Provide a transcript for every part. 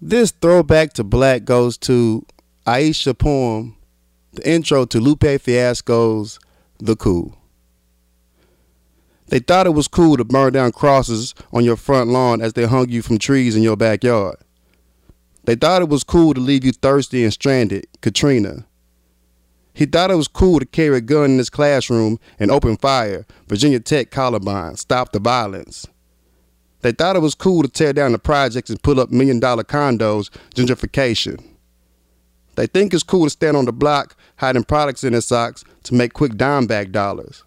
This throwback to black goes to Aisha Poem, the intro to Lupe Fiasco's The Cool. They thought it was cool to burn down crosses on your front lawn as they hung you from trees in your backyard. They thought it was cool to leave you thirsty and stranded, Katrina. He thought it was cool to carry a gun in his classroom and open fire, Virginia Tech Columbine, stop the violence. They thought it was cool to tear down the projects and put up million dollar condos, gentrification. They think it's cool to stand on the block hiding products in their socks to make quick dime bag dollars.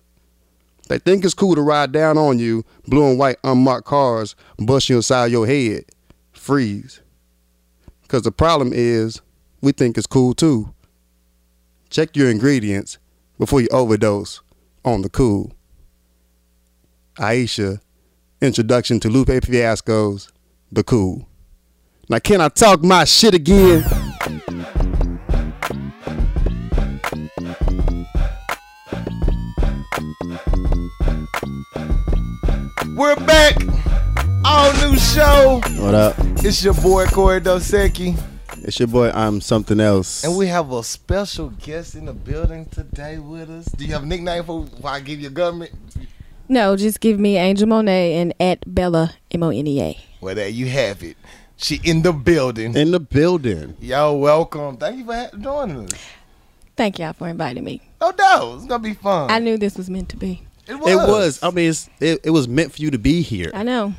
They think it's cool to ride down on you, blue and white unmarked cars, bust you inside your head. Freeze. Because the problem is, we think it's cool too. Check your ingredients before you overdose on the cool. Aisha, introduction to Lupe Fiasco's The Cool. Now, can I talk my shit again? We're back. All new show. What up? It's your boy Corey Dosecki. It's your boy, I'm something else. And we have a special guest in the building today with us. Do you have a nickname for before I give you a government? No, just give me Angel Monet and at Bella M O N E A. Well, there you have it. She in the building. in the building. Y'all welcome. Thank you for ha- joining us. Thank y'all for inviting me. No doubt. It's gonna be fun. I knew this was meant to be. it It was. I mean, it's, it, it was meant for you to be here. I know.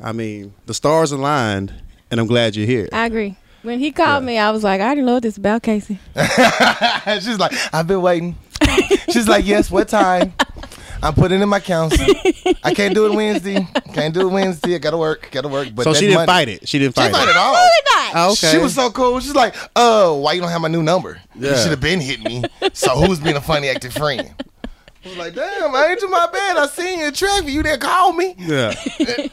I mean, the stars aligned, and I'm glad you're here. I agree. When he called me, I was like, I already know what this is about, Casey. She's like, I've been waiting. She's like, yes, what time? I'm putting in my counsel. I can't do it Wednesday. Can't do it Wednesday. I gotta work. Gotta work. But so that she didn't Monday- fight it. She didn't She fight fight it. at all. Oh, okay. She was so cool. She's like, "Oh, why you don't have my new number? You Yeah. should have been hitting me." so who's being a funny active friend? I was like, "Damn, I ain't to my bed. I seen you in traffic. You didn't call me. Yeah.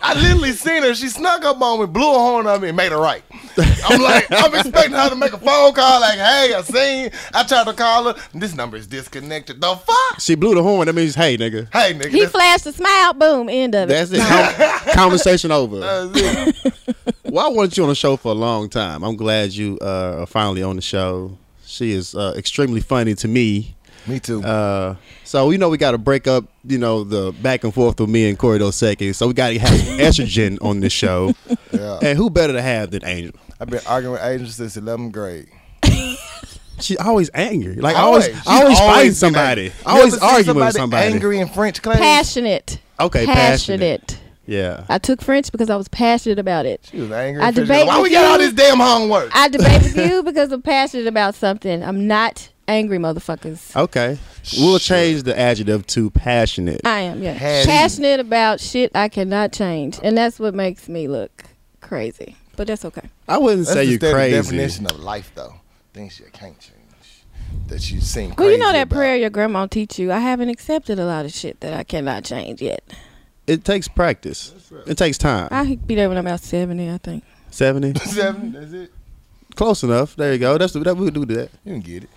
I literally seen her. She snuck up on me, blew a horn on me, and made a right." I'm like, I'm expecting her to make a phone call. Like, "Hey, I seen. I tried to call her. This number is disconnected. The fuck? She blew the horn. That means, hey, nigga, Hey, nigga." He that's- flashed a smile, boom, end of it. that's it. Con- conversation over. that's it. Well, I wanted you on the show for a long time. I'm glad you uh, are finally on the show. She is uh, extremely funny to me. Me too. Uh, so you know we got to break up, you know, the back and forth with me and Corey Dosecki. So we got to have estrogen on this show, yeah, and who better to have than Angel? I've been arguing with Angel since 11th grade. She always angry. Like I always, She's I always been fighting somebody. angry. I always You ever seen arguing with somebody. Angry in French class. Passionate. Okay, passionate. passionate. Yeah. I took French because I was passionate about it. She was angry. I in French debate class. Why with we got all you. this damn homework? I debate with you because I'm passionate about something. I'm not angry, motherfuckers. Okay. We'll change the adjective to passionate. I am, yeah. Had- Passionate about shit I cannot change. And that's what makes me look crazy. But that's okay. I wouldn't That's say just you the crazy. definition of life, though. Things you can't change. That you seem crazy Well, you know that about. prayer your grandma teach you. I haven't accepted a lot of shit that I cannot change yet. It takes practice. It takes time. I could be there when I'm about seventy, I think. Seventy, Seven, that's it. close enough. There you go. That's that we do that. You can get it.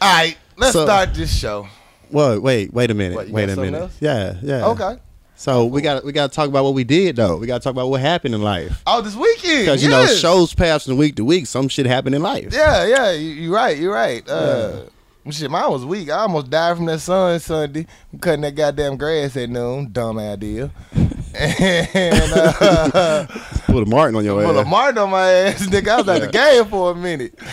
All right, let's So- start this show. Well, wait, wait a minute. What, you wait got a something minute. else? Yeah, yeah. Okay. So we got we got to talk about what we did though. We got to talk about what happened in life Oh, this weekend. because you know yes. shows pass from week to week. Some shit happened in life. Yeah, yeah. You, you're right. You're right. Uh, Shit, mine was weak. I almost died from that sun Sunday. I'm cutting that goddamn grass at noon. Dumb idea. and uh, Put a Martin on your Put a ass. mark on my ass, nigga. I was at the game for a minute.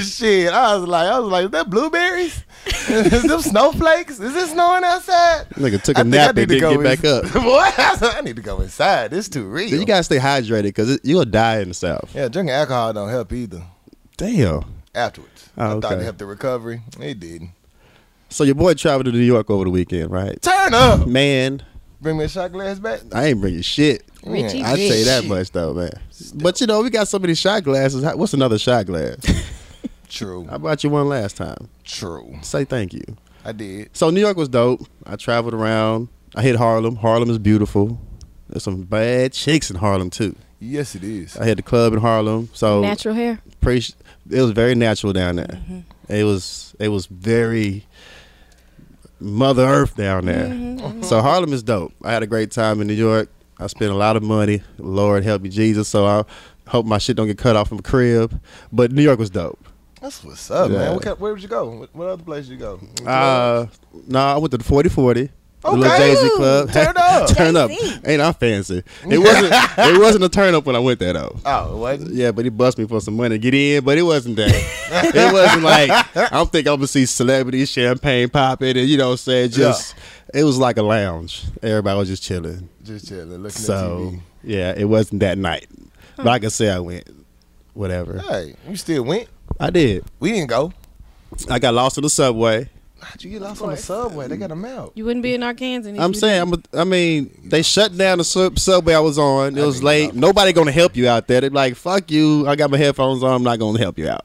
Shit, I was like, I was like, is that blueberries? is them snowflakes? Is it snowing outside? Nigga took I a think nap I and need to didn't go get back ins- up. Boy, I, said, I need to go inside. It's too real. You gotta stay hydrated because you'll die in the south. yeah, drinking alcohol don't help either. Damn. Afterwards, Oh, I thought okay. it helped the recovery. It didn't. So your boy traveled to New York over the weekend, right? Turn up. Man, Bring me a shot glass back. I ain't bringing shit. Richie I Rich. say that much though, man. But you know, we got so many shot glasses. How- What's another shot glass? True. I bought you one last time. True. Say thank you. I did. So New York was dope. I traveled around. I hit Harlem. Harlem is beautiful. There's some bad chicks in Harlem too. Yes, it is. I hit the club in Harlem. Oh. So Natural hair. pretty, sh- it was very natural down there. It was it was very Mother Earth down there. So Harlem is dope. I had a great time in New York. I spent a lot of money. Lord help me, Jesus. So I Hope my shit don't get cut off from a crib. But New York was dope. That's what's up, Yeah. man. What, kind- where would you go? What, what other place you go? Uh, no, I went to the 4040. The little Okay. Jay Z Ooh, club. turn up. turn up. Jay-Z. Ain't I fancy? It wasn't. it wasn't a turn up when I went there though. oh, what? Yeah, but he bust me for some money to get in, but it wasn't that. it wasn't like I don't think I'm gonna see celebrities champagne popping and you know what I'm saying. Just it was like a lounge. Everybody was just chilling. Just chilling, looking so at TV. yeah, it wasn't that night. But I can say I went. Whatever. Hey, you still went? I did. We didn't go. I got lost in the subway. How'd you get lost on the subway? They got them out. You wouldn't be in Arkansas. if I'm you saying, I'm a, I mean, they shut down the sub- subway I was on. It was late. Nobody gonna help you out there. They're like, "Fuck you! I got my headphones on. I'm not gonna help you out."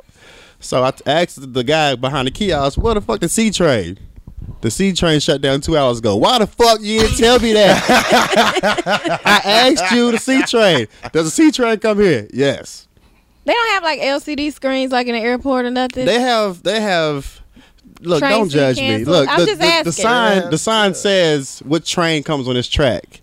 So I t- asked the guy behind the kiosk, "What the fuck the C train?" The C train shut down two hours ago. Why the fuck you didn't tell me that? I asked you the C train. Does the C train come here? Yes. They don't have like LCD screens like in the airport or nothing. They have. They have. Look, Trains don't be judge me. canceled. Look, I'm the, just the, the asking. sign. The sign says what train comes on this track.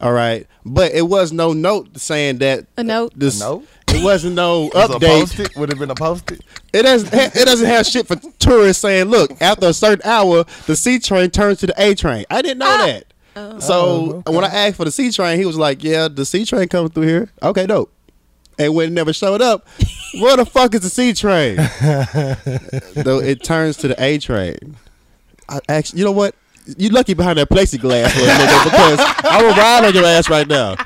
All right, but it was no note saying that. A note? This, A note? It wasn't no Was a update. post-it? Would have been a post-it. It doesn't. ha- It doesn't have shit for tourists saying, "Look, after a certain hour, the C train turns to the A train." I didn't Ah! know that. Oh. Oh, So when I asked for the C train, he was like, "Yeah, the C train coming through here." Okay, dope. And when it never showed up, where the fuck is the C train? Though it turns to the A train. I actually, you know what? You lucky behind that plexiglass for a nigga because I would ride on your ass right now.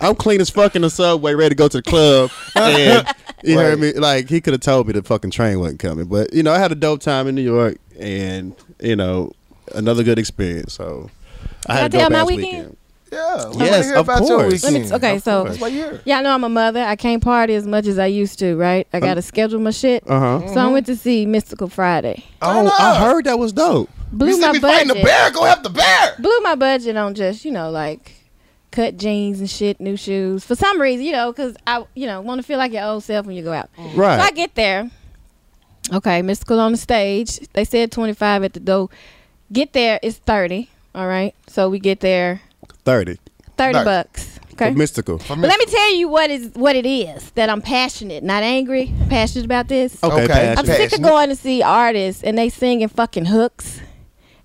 I'm clean as fuck in the subway, ready to go to the club, and you heard me. Like he could have told me the fucking train wasn't coming, but you know I had a dope time in New York, and you know another good experience. So I had a dope Can I tell my ass weekend? weekend. Yeah. We Yes, wanna hear of about your course. Let me- weekend. okay, Of so- course. that's why you're. Y'all know I'm a mother. I can't party as much as I used to, right? I Uh-huh. gotta schedule my shit. Uh huh. So I went to see Mystical Friday. Oh, I heard that was dope. Blew You see my me budget. fighting the bear? Go help the bear. Blew my budget on just you know like cut jeans and shit, new shoes. For some reason, you know, because I you know want to feel like your old self when you go out. So I Right. get there. Okay, mystical on the stage. They said 25 at the door. Get there, it's 30. All right. So we get there, 30. 30 Nice. bucks. Okay. Mystical. For But let me tell you what is what it is that I'm passionate, not angry, passionate about this. Okay, Okay, I'm passion. okay. sick of Oh, passionate. going to see artists and they singing fucking hooks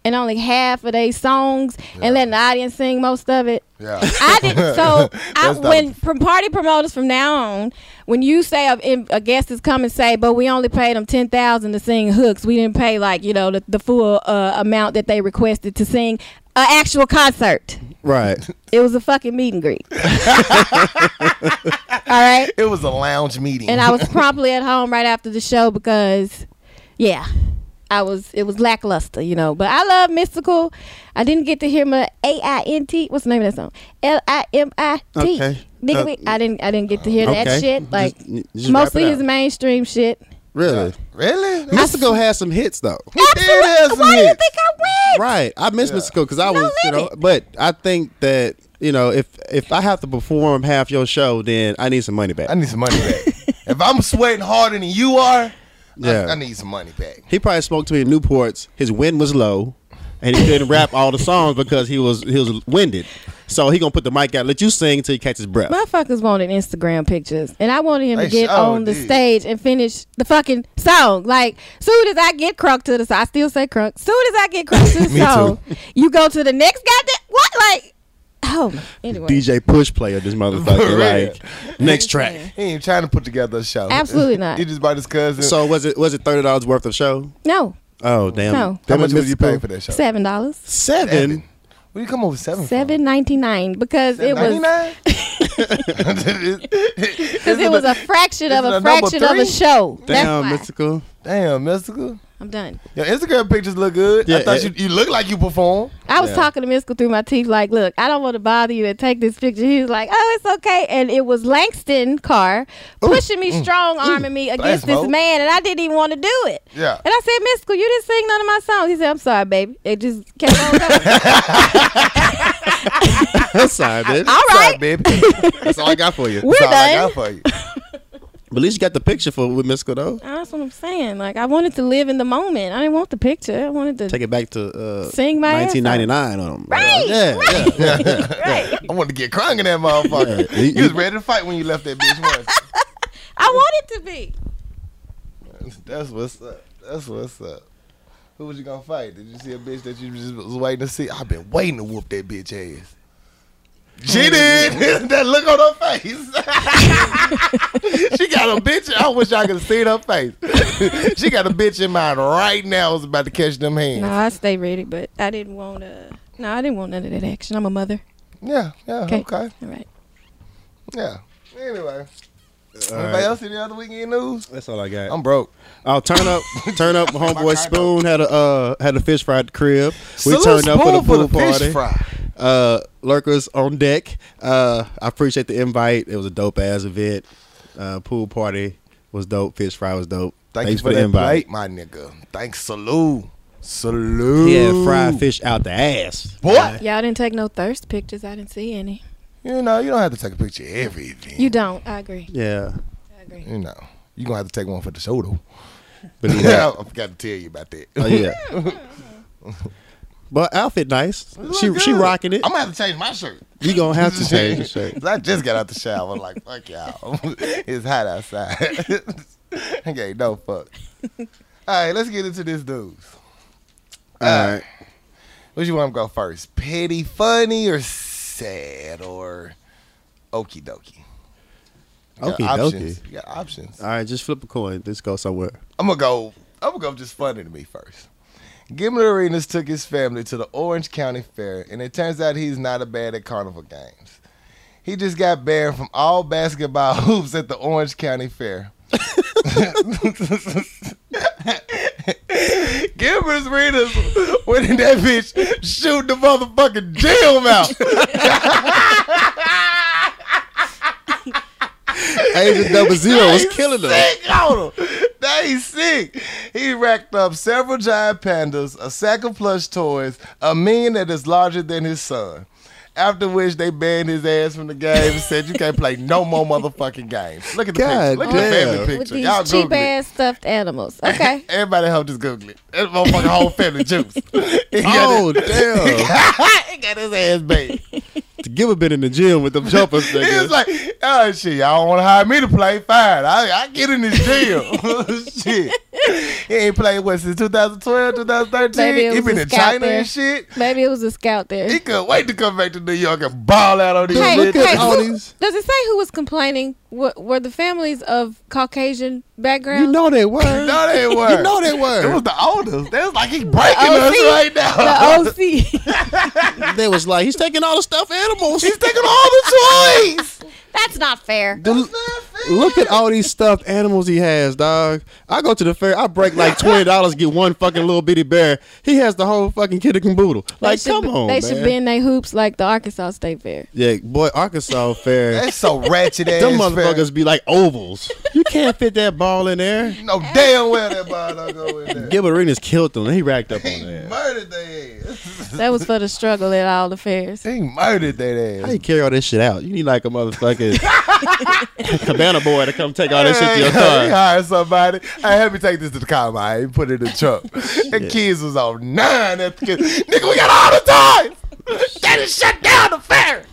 and only half of their songs and letting the audience sing most of it. Yeah. I did so. I, That's not- when from party promoters from now on, when you say a, in- a guest is coming, say, but we only paid them ten thousand to sing hooks. We didn't pay like you know the, the full uh, amount that they requested to sing an actual concert. Right. It was a fucking meet and greet. All right, It was a lounge meeting. and I was promptly at home right after the show because, yeah. I was it was lackluster, you know. But I love mystical. I didn't get to hear my A I N T. What's the name of that song? L I M I T. Okay. Nigga, Uh, we- I didn't I didn't get to hear okay. that shit. Like Just- you just wrap mostly it his up. mainstream shit. Really? really? Mystical has some hits, though. did have some Why do you hits. think I went? Right. I miss Mystical because I No was, you know, limit. but I think that, you know, if if I have to perform half your show, then I need some money back. I need some money back. if I'm sweating harder than you are, Yeah. I, I need some money back. He probably smoked too many Newports. His wind was low, and he couldn't rap all the songs because he was he was winded. So he gonna put the mic out, let you sing till he catches breath. Motherfuckers wanted Instagram pictures, and I wanted him to They get sure on the did. stage and finish the fucking song. Like, soon as I get crunk to the song, I still say crunk. Soon as I get crunk to the Me too. song, you go to the next goddamn what? Like, oh, my- anyway, DJ push player, this motherfucker. Right. like next track. He ain't trying to put together a show. Absolutely not. he just bought his cousin. So was it was it thirty dollars worth of show? no, Oh damn! No. how Damn it, much would you Mystical. pay for that show? seven dollars, Seven. Where you come over seven? seven ninety nine because it was. Because Because it was a fraction of is it a a number fraction of a three? show. Damn, That's why. mystical. damn mystical. I'm done. Your Instagram pictures look good. Yeah, I thought it- you, you look like you perform. I was Yeah. talking to Miskel through my teeth, like, look, I don't want to bother you and take this picture. He was like, oh, it's okay. And it was Langston Carr pushing me, strong arming me against this Blasmo. man, and I didn't even want to do it. Yeah. And I said, Miskel, you didn't sing none of my songs. He said, I'm sorry, baby. It just kept on going. Sorry, bitch. All Sorry, right. baby. That's all I got for you. We're That's all I done. got for you. But at least you got the picture for with Miss Cadeau. That's what I'm saying. Like I wanted to live in the moment. I didn't want the picture. I wanted to Take it back to uh, Sing my ass off. 1999 on him. Right, Yeah, yeah. right. I wanted to get crunk in that motherfucker. Yeah, he- you was he- ready to fight when you left that bitch once. I wanted to be. That's what's up. That's what's up. Who was you gonna fight? Did you see a bitch that you just was waiting to see? I've been waiting to whoop that bitch ass. She did. that look on her face. she got a bitch. I wish I could see her face. she got a bitch in mind right now. Is about to catch them hands. No, I stay ready, but I didn't want uh no, I didn't want none of that action. I'm a mother. Yeah. Yeah. Okay. okay. All right. Yeah. Anyway. All Anybody right. else in the other weekend news? That's all I got. I'm broke. Oh, turn up, turn up! Homeboy Spoon had a uh, had a fish fry at the crib. We Salute turned up for the pool Spoon party. fish fry. Uh, lurkers on deck. Uh, I appreciate the invite. It was a dope ass event. Uh, pool party was dope. Fish fry was dope. Thank Thanks you for, the that invite. invite, my nigga. Thanks, salute, salute. He had fried fish out the ass. What? Y'all didn't take no thirst pictures. I didn't see any. You know, you don't have to take a picture of everything. You don't. I agree. Yeah, I agree. You know, you gonna have to take one for the show though. but he had- Yeah, I forgot to tell you about that. oh, yeah. But outfit nice. Look She she good. rocking it. I'm gonna have to change my shirt. You gonna have to change your shirt. 'Cause I just got out the shower. Like fuck y'all, it's hot outside. okay, no fuck. All right, let's get into this dudes. All right. What you want to go first? Petty, funny, or sad, or okie dokie? You got Okie options. dokie. You got options. All right, just flip a coin. Let's go somewhere. I'm gonna go. I'm gonna go just funny to me first. Gimlet Arenas took his family to the Orange County Fair, and it turns out he's not a bad at carnival games. He just got banned from all basketball hoops at the Orange County Fair. Gilbert Arenas winning that bitch shoot the motherfucking gym out. Agent Double Zero was They killing them. Sick on him. They sick. He racked up several giant pandas, a sack of plush toys, a minion that is larger than his son. After which they banned his ass from the game and said you can't play no more motherfucking games. Look at the God picture. Look at the damn. family With picture. these Y'all cheap Google it. ass stuffed animals. Okay. Everybody help just Google it. That motherfucking whole family juice. He Oh got his- damn! he got his ass banned. The Gilbert been in the gym with them jumpers. He Nigga. was like, oh shit, y'all want to hire me to play? Fine, I, I get in this deal. shit, he ain't played what since 2012, 2013. Maybe it He was been a in scout China there. and shit. Maybe it was a scout there. He couldn't wait to come back to New York and ball out on these Hey, Look bitches. at hey, all who- these. Does it say who was complaining? Were, were the families of Caucasian background? You know they were. oh, You know they were. You know they It was were. the oldest. They was like he breaking us OC. right now. the OC. they was like, he's taking all the stuffed animals. He's taking all the toys. That's not fair. The- Look at all these stuffed animals he has, dog. I go to the fair, I break like twenty dollars, get one fucking little bitty bear. He has the whole fucking kid and caboodle. Like, they should, come be- on, man. They should be in their hoops like the Arkansas State Fair. yeah, boy, Arkansas fair. That's so ratchet ass. them fair. motherfuckers be like ovals. You can't fit that ball in there. No damn well that ball don't go in there. Gilbert Arenas killed them. He racked up on He that. murdered their ass. That was for the struggle at all the fairs. He murdered their ass. How you carry all this shit out? You need like a motherfucking cabana boy to come take all this shit to your He car. hired somebody. Hey, help me take this to the car, man. He put it in the truck. The kids was on nine at the kids. Nigga, we got all the toys. Daddy shut down the fair.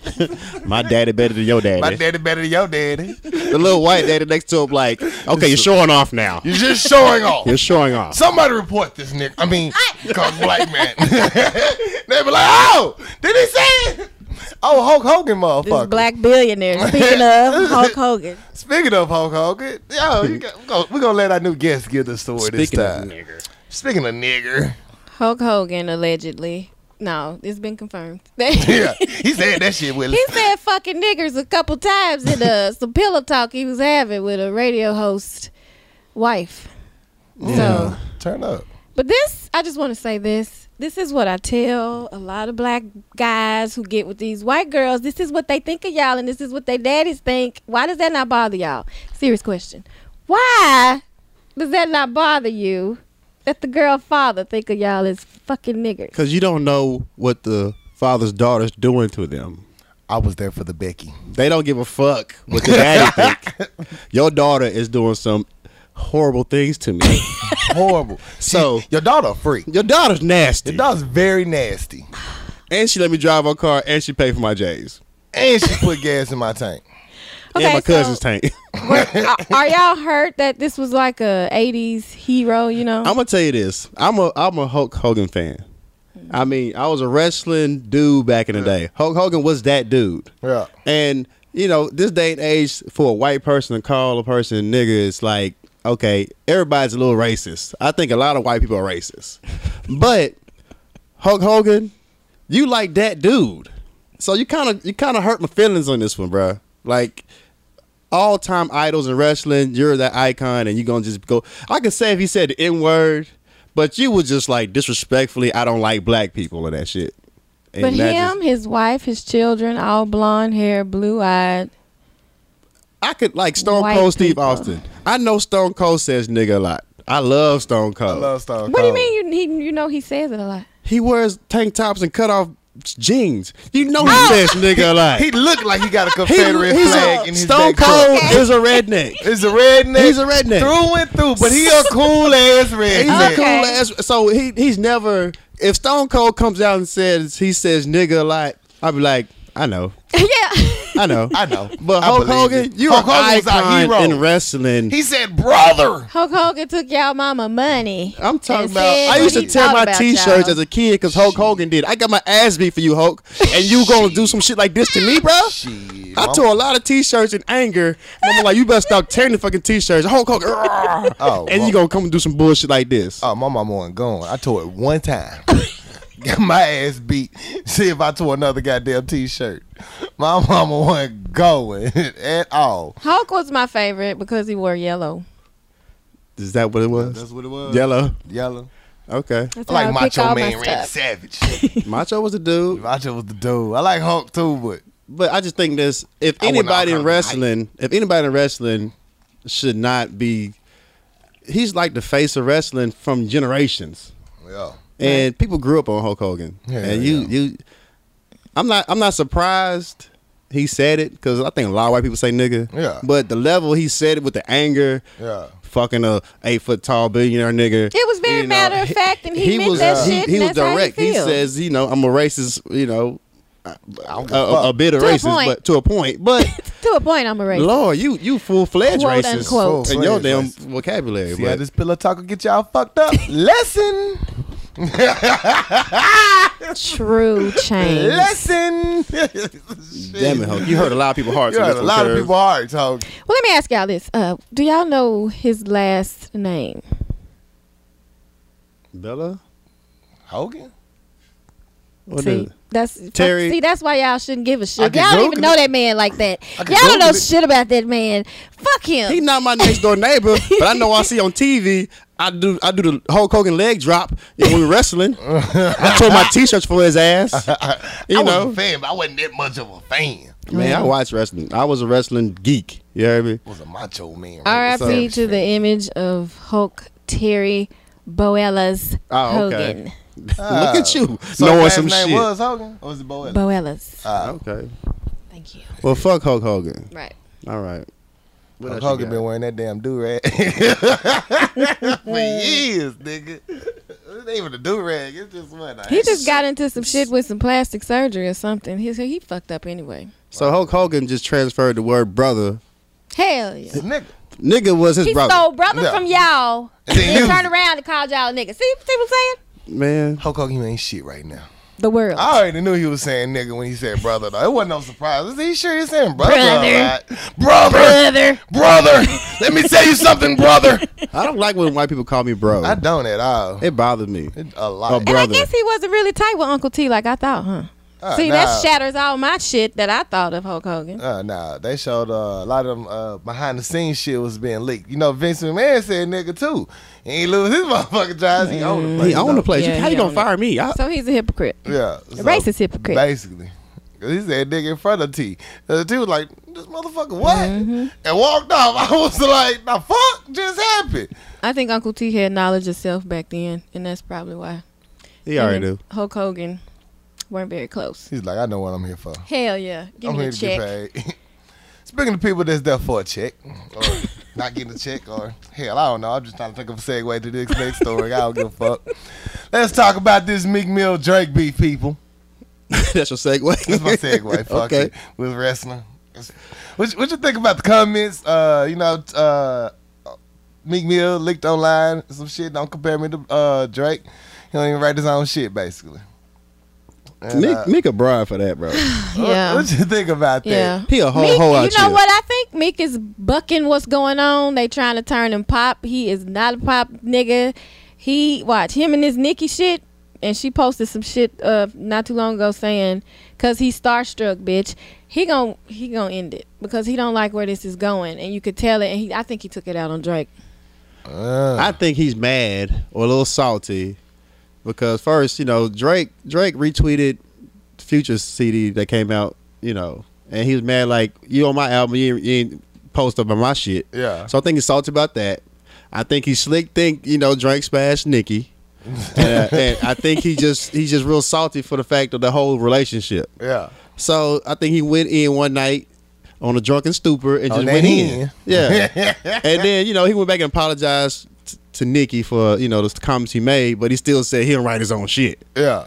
My daddy better than your daddy. My daddy better than your daddy. the little white daddy next to him, like, okay, you're showing off now. You're just showing off. You're showing off. Somebody report this nigga. I mean, cause black man. they be like, oh, did he say it? Oh, Hulk Hogan, This motherfucker. black billionaire. Speaking of Hulk Hogan, Speaking of Hulk Hogan, yo, you got, we're, gonna, we gonna let our new guest give the story this Speaking of time. nigger, Speaking of nigger. Hulk Hogan allegedly. No, it's been confirmed. Yeah, he said that shit with He said fucking niggers a couple times in uh, some pillow talk he was having with a radio host wife. So, Turn up. but this, I just want to say this. This is what I tell a lot of black guys who get with these white girls. This is what they think of y'all, and this is what their daddies think. Why does that not bother y'all? Serious question. Why does that not bother you that the girl father think of y'all as fucking niggers? because you don't know what the father's daughter's doing to them. I was there for the Becky. They don't give a fuck what the daddy think. your daughter is doing some horrible things to me. Horrible. So- She- your daughter a freak. your daughter's nasty. Your daughter's very nasty, and she let me drive her car and she paid for my J's. and she put gas in my tank. and my so- cousin's tank. are, are y'all hurt that this was like a 80s hero, you know? I'm gonna tell you this. I'm a I'm a Hulk Hogan fan. I mean, I was a wrestling dude back in the day. Hulk Hogan was that dude. Yeah. And you know, this day and age, for a white person to call a person nigga is like, okay, everybody's a little racist. I think a lot of white people are racist. But Hulk Hogan, you like that dude. So you kind of you kind of hurt my feelings on this one, bruh. Like all time idols in wrestling, you're that icon, and you're gonna just go. I could say if he said the N word, but you was just like disrespectfully. I don't like black people or that shit. And but that him, just- his wife, his children, all blonde hair, blue eyed. I could like Stone White Cold Steve people. Austin. I know Stone Cold says nigga a lot. I love Stone I Cold. love Stone What do you Oh. Cold. mean you he, you know he says it a lot? he wears tank tops and cut off jeans. You know he Ah! says nigga a lot. He looked like he got a He- Confederate he's flag a, in his Stone back pocket. Cold is a redneck. He's a redneck. He's a redneck. Through and through, but he a cool ass He's redneck. a cool Okay. ass. So he he's never. If Stone Cold comes out and says he says nigga a lot, I'll be like, I know, yeah. I know, I know. But I Hulk believe Hogan, it. you're Hulk an Hogan was our hero. icon in wrestling. He said, "Brother." Hulk Hogan took y'all mama money. I'm talking and about. I said what used to he tear thought my about T-shirts y'all. as a kid because Hulk Hogan did. I got my ass beat for you, Hulk, and you gonna do some shit like this to me, bro? Shit, I mama- tore a lot of T-shirts in anger. And I'm like, you better stop tearing the fucking T-shirts, Hulk Hogan. Oh, and well- you gonna come and do some bullshit like this? Oh, my mama wasn't gone. I tore it one time. Got my ass beat. See if I tore another goddamn t-shirt. My mama wasn't going at all. Hulk was my favorite because he wore yellow. Is that what it was? That's what it was. Yellow. Yellow. Okay. That's I how like I pick Macho all Man my Randy stuff. Savage. Macho was a dude. Macho was the dude. I like Hulk too, but But I just think this: if I wouldn't anybody all in kinda like- wrestling, if anybody in wrestling should not be, he's like the face of wrestling from generations, yeah. and people grew up on Hulk Hogan. Yeah, and you, yeah. you, I'm not, I'm not surprised he said it because I think a lot of white people say nigga. Yeah. But the level he said it with the anger, Yeah. fucking a eight foot tall billionaire nigga. It was very you know, matter of he- fact, and he, meant was that uh, shit. He, he and was that's how direct. He, feel. says, you know, I'm a racist. You know, I don't give a, a fuck. a, a bit of To a racist, point. but to a point. But to a point, I'm a racist. Lord, you you full fledged Quote, racist unquote. in your Full-fledged damn racist. vocabulary. See but- how this pillow talk will get y'all fucked up? Lesson. True change. Lesson. damn it, Hulk, you hurt a lot of people's hearts. You with hurt this a one, lot of Curve. people hard, Hulk. Well, let me ask y'all this: uh, Do y'all know his last name? Bella, Hogan? what see, is it? that's Terry- see, that's why y'all shouldn't give a I shit. can Y'all don't even Google know it. that man like that. Y'all can don't know Google it. shit about that man. Fuck him. He not my next door neighbor, but I know I see on TV. I do I do the Hulk Hogan leg drop when we were wrestling. I tore my t-shirts for his ass. You I know, was a fan, but I wasn't that much of a fan. man, I watched wrestling. I was a wrestling geek. You hear me? was a macho man. right? R.I.P. to the image of Hulk Terry Boellas Oh, okay. Hogan. Look at you Ah. So knowing his some name shit. Ah, was Hogan? Or was it Boella? Boellas. uh, okay. Thank you. Well, fuck Hulk Hogan. Right. All right. What else you Hogan got? been wearing that damn do-rag for years, nigga. It ain't even a do-rag. It's just what I He just got into some shit with some plastic surgery or something. He he fucked up anyway. So Hulk Hogan just transferred the word brother. Hell yeah. nigga. Nigga was his He brother. stole brother Yeah. from y'all And and, then used turned it. around and called y'all niggas. See, see what I'm saying? Man, Hulk Hogan ain't shit right now. The world. I already knew he was saying nigga when he said brother, though. It wasn't no surprise. He sure is saying brother. Brother. a lot. Brother. Brother. Brother. Let me tell you something, brother. I don't like when white people call me bro. I don't at all. it bothers me. It, a Oh, lot. bro. And I Brother. guess he wasn't really tight with Uncle T like I thought, huh? Uh, See, nah. that shatters all my shit that I thought of Hulk Hogan. Uh, nah, they showed uh, a lot of them uh, behind the scenes shit was being leaked. You know, Vince McMahon said nigga too. He ain't lose his motherfucking jobs. He owned the place. He own the place. Yeah, How he you gonna own it. fire me? I, so he's a hypocrite. Yeah. so racist hypocrite. Basically. 'Cause He said nigga in front of T. Uh, T was like, this motherfucker what? And walked off. I was like, the fuck just happened? I think Uncle T had knowledge of self back then, and that's probably why. he already Him and do. Hulk Hogan weren't very close. He's like, I know what I'm here for. Hell yeah. Give I'm me here a to check. get paid. Speaking of people that's there for a check, or not getting a check, or hell, I don't know. I'm just trying to think of a segue to this next story. I don't give a fuck. Let's talk about this Meek Mill Drake beef, people. That's your segue. That's my segue. Fuck it. With wrestling. It's- What, you- what you think about the comments? Uh, you know, uh, Meek Mill leaked online some shit. Don't compare me to uh, Drake. He don't even write his own shit, basically. And, Nick, uh, Nick a bribe for that, bro. what- Yeah. What, you think about that? Yeah. He a whole Meek, hoe out You know here. what? I think Meek is bucking what's going on. They trying to turn him pop. He is not a pop nigga. He watch him and his Nikki shit. And she posted some shit uh not too long ago saying, "Cause he starstruck, bitch. He gon' he gon' end it because he don't like where this is going, and you could tell it. And he, I think he took it out on Drake. Uh, I think he's mad or a little salty because first, you know, Drake Drake retweeted Future's CD that came out, you know, and he was mad like you on my album, you ain't, you ain't post up on my shit. Yeah. So I think he's salty about that. I think he slick think you know Drake smashed Nicki, and, uh, and I think he just he's just real salty for the fact of the whole relationship. yeah. So I think he went in one night on a drunken stupor and On just that went in. end. Yeah. and then, you know, he went back and apologized t- to Nikki for, you know, the comments he made, but he still said he don't write his own shit. Yeah.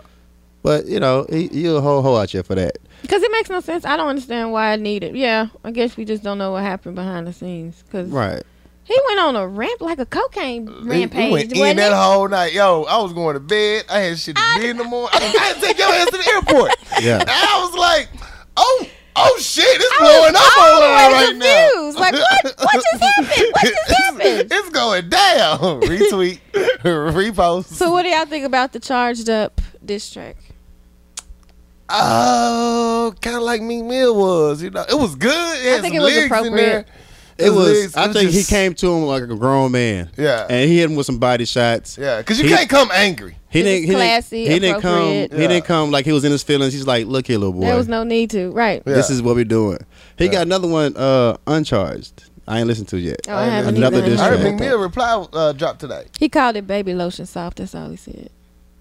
But, you know, he, you a whole hoe out here for that. Because it makes no sense. I don't understand why I need it. Yeah, I guess we just don't know what happened behind the scenes. Cause Right. he went on a ramp like a cocaine rampage. We went in wasn't that it? whole night. Yo, I was going to bed. I had shit to do in the morning. I, I had to take your ass to the airport. Yeah. And I was like, oh, oh shit, it's I was blowing up all the way online right confused. now. Like, what- what just happened? What just It's- happened? It's going down. Retweet, repost. So what do y'all think about the charged up diss track? Oh, kind of like Meek Mill was, you know. It was good. It had I think some it was lyrics in there. appropriate. It was, lyrics. I It think just- he came to him like a grown man. Yeah. And he hit him with some body shots. Yeah, because you He- can't come angry. He It was didn't, he classy, didn't, he didn't come. appropriate. He Yeah. didn't come like he was in his feelings. He's like, "Look here, little boy. There was no need to, right? Yeah. This is what we're doing." He got another one, uh, uncharged. I ain't listened to yet. Oh, I haven't Another either. diss I heard track. Meek Mill reply uh, dropped today. He called it baby lotion soft. That's all he said.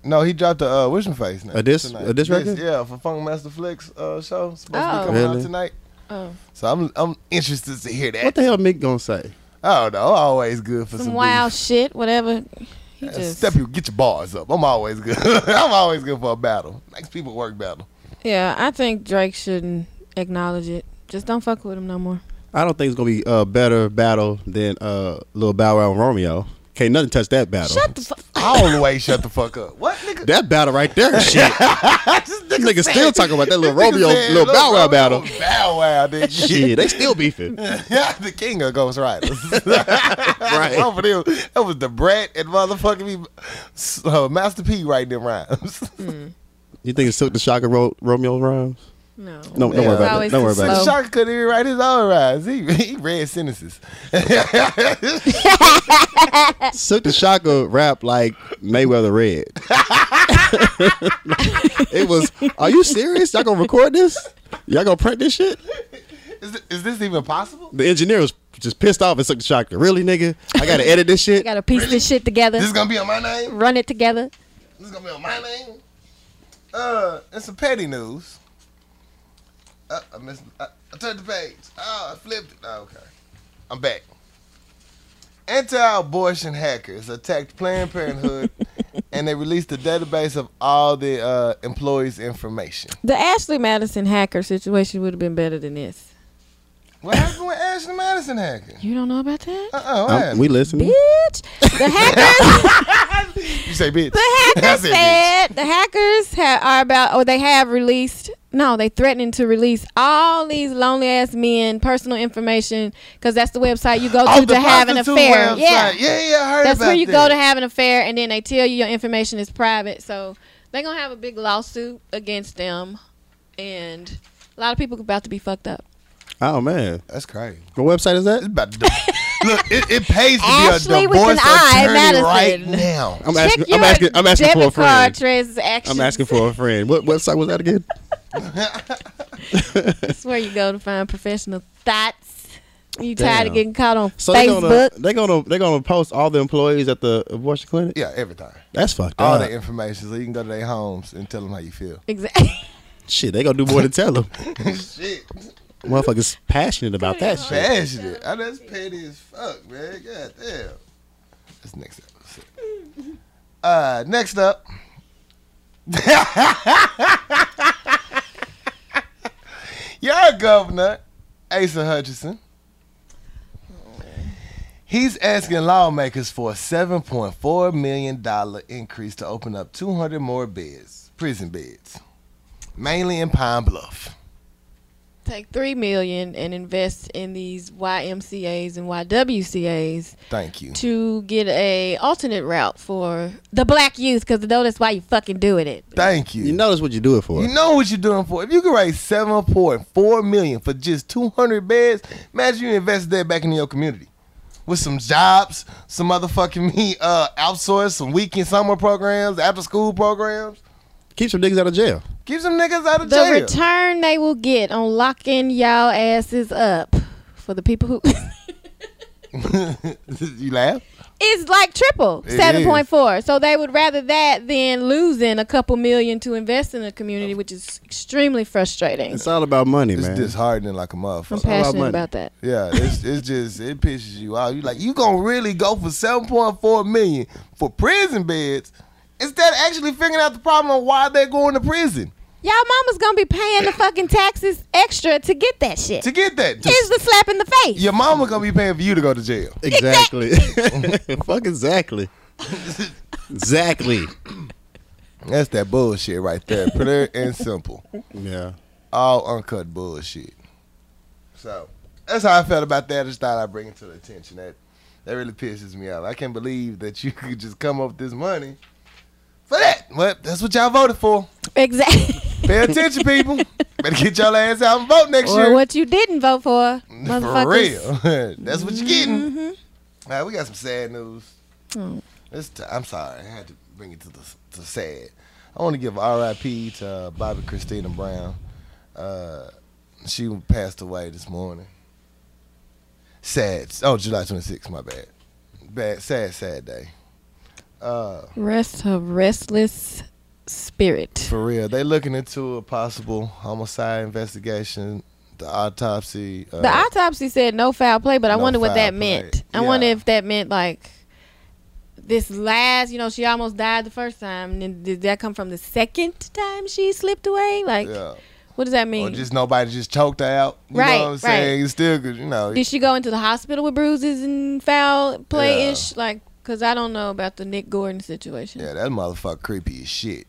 No, he dropped a uh, Wishing Face. Now, A diss- tonight. a diss record? yeah, for Funk Master Flex uh, show supposed Oh. to be coming Really? out tonight. Oh, So I'm I'm interested to hear that. What the hell, Meek gonna say? I don't know. Always good for some, some wild beef. shit, whatever. He Uh, just, Step you get your bars up. I'm always good. I'm always good for a battle. Next people work battle. yeah, I think Drake shouldn't acknowledge it. Just don't fuck with him no more. I don't think it's gonna be a better battle than uh Lil Bow Wow and Romeo. Can't nothing touch that battle. Shut the fuck. Always shut the fuck up. What nigga? that battle right there, shit. This Niggas said- still talking about that little this nigga Romeo, said little Bow Wow Romeo battle. Bow Wow, nigga. Shit, they still beefing. Yeah, the king of Ghost Riders. right. Over there, that was the brat and motherfucking me, uh, Master P writing them rhymes. You think it took the shock of Ro- Romeo rhymes? No. No, don't worry It's about that. always Don't worry too about slow. that. Shaka couldn't even write his own rhymes. He, he read sentences. Silk the Shaka rap like Mayweather Red. it was. Are you serious? Y'all gonna record this? Y'all gonna print this shit? Is, th- is this even possible? The engineer was just pissed off at Silk the Shaka. Really, nigga? I gotta edit this You shit. gotta piece this shit together, This is gonna be on my name. run it together. This is gonna be on my name. Uh, it's some petty news. Uh, I missed. I, I turned the page. Oh, I flipped it. Oh, okay, I'm back. Anti-abortion hackers attacked Planned Parenthood, and they released a database of all the uh, employees' information. The Ashley Madison hacker situation would have been better than this. What happened with Ashley Madison hacker? You don't know about that? Uh-uh, what Um, happened? we listening. Bitch, the hackers. you say bitch. The hackers I bitch. said the hackers ha- are about, or they have released. No, they threatening to release all these lonely ass men personal information because that's the website you go to Oh, the to have an prostitute affair. website. yeah, Yeah, yeah. I heard that's about where you that. go to have an affair, and then they tell you your information is private. So they're gonna have a big lawsuit against them, and a lot of people about to be fucked up. Oh man, That's crazy. what website is that? It's about to look. It, it pays to be Ashley a with an divorce I, attorney Madison. right now. I'm Check asking. your I'm asking. I'm asking debit for a card friend. transactions. I'm asking for a friend. What website was that again? That's where you go to find professional thoughts. You tired Damn. of getting caught on So they're gonna Facebook? they're gonna they're gonna post all the employees at the abortion clinic. Yeah, everything. That's fucked All up. the information, so you can go to their homes and tell them how you feel. Exactly. Shit, they gonna do more than tell them. Shit. Motherfuckers passionate about that shit. Passionate. I that's petty as fuck, man. God damn. That's next up. Uh, next up. Your governor, Asa Hutchinson. He's asking lawmakers for a $7.4 million increase to open up 200 more beds, prison beds, mainly in Pine Bluff. Take three million and invest in these YMCA's and YWCA's Thank you. to get a alternate route for the black youth, because I know that's why you fucking doing it. Thank you. You know that's what you do it for. You know what you're doing for. If you could raise seven point four million for just two hundred beds, imagine you invest that back in your community. With some jobs, some motherfucking me uh outsource, some weekend summer programs, after school programs. Keep some niggas out of jail. Keep some niggas out of The jail. return they will get on locking y'all asses up for the people who you laugh? is like triple It seven point four. So they would rather that than losing a couple million to invest in a community, which is extremely frustrating. It's all about money, It's man. disheartening like a I'm motherfucker. all about passionate money. about that. Yeah, it's, it's just it pisses you off. You like you gonna really go for seven point four million for prison beds instead of actually figuring out the problem on why they're going to prison Y'all mama's gonna be paying the fucking taxes extra to get that shit. to get that. Is the slap in the face. Your mama gonna be paying for you to go to jail. Exactly. Fuck exactly. exactly. That's that bullshit right there. Clear and simple. Yeah. All uncut bullshit. So that's how I felt about that. I just thought I'd bring it to the attention. That that really pisses me off. I can't believe that you could just come up with this money for that. But that's what y'all voted for. Exactly. Pay attention, people. Better get y'all ass out and vote next or year. what you didn't vote for, motherfuckers. Mm-hmm. For real. That's what you're getting. All right, we got some sad news. Oh. It's t- I'm sorry. I had to bring it to the to sad. I want to give RIP to uh, Bobby Christina Brown. Uh, she passed away this morning. Sad. Oh, July 26th, my bad. Bad, sad, sad day. Uh, Rest her restless spirit. for real, they looking into a possible homicide investigation, the autopsy. Uh, The autopsy said no foul play, but I No wonder what foul that play. meant. I Yeah. wonder if that meant like this last, you know, she almost died the first time. And then did that come from the second time she slipped away? Like, yeah. what does that Or mean? just nobody just choked her out. You know Right, what I'm right. saying? It's Still, 'cause, you know. did she go into the hospital with bruises and foul play ish? Yeah. Like, cause I don't know about the Nick Gordon situation. Yeah, that motherfucker creepy as shit.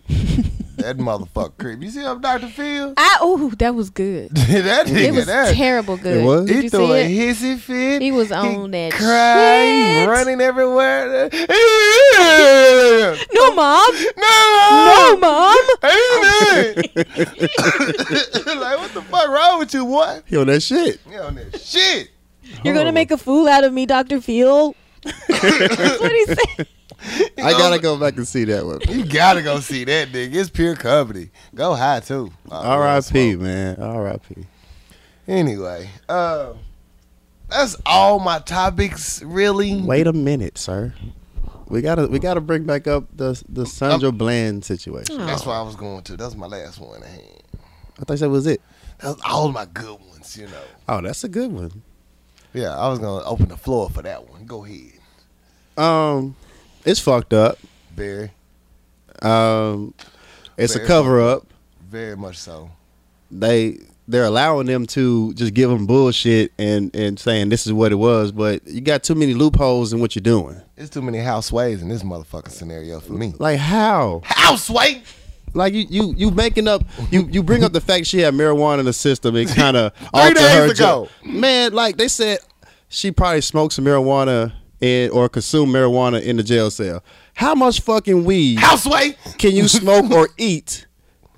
that motherfucker creepy. You see him, Dr. Phil? I ooh, that was good. that nigga, It was that. terrible good. was? Did he you threw see a it? hissy fit. He was on that cried, shit. running everywhere. No, mom. no, No, mom. Ain't it? like what the fuck wrong with you, boy? Yo, that shit. You on that shit? You're Oh. gonna make a fool out of me, Doctor Phil. That's what he said. I gotta go back and see that one. You gotta go see that nigga. It's pure comedy. Go high too. R.I.P. man. R.I.P. Anyway, uh, that's all my topics, really. Wait a minute, sir. We gotta we gotta bring back up the the Sandra Bland situation. That's what I was going to. That was my last one. I had. I thought that was it. That was all my good ones, you know. Oh, that's a good one. Yeah, I was gonna open the floor for that one. Go ahead, Um, it's fucked up. very, Um, it's a Very cover up. very much so. They they're allowing them to just give them bullshit and and saying this is what it was, but you got too many loopholes in what you're doing. There's too many houseways in this motherfucking scenario for me. Like how? Houseway. Like you you you making up you you bring up the fact she had marijuana in the system. It kind of altered days her. ago. ju- Man, like they said, she probably smoked some marijuana in or consumed marijuana in the jail cell. How much fucking weed Houseway. can you smoke or eat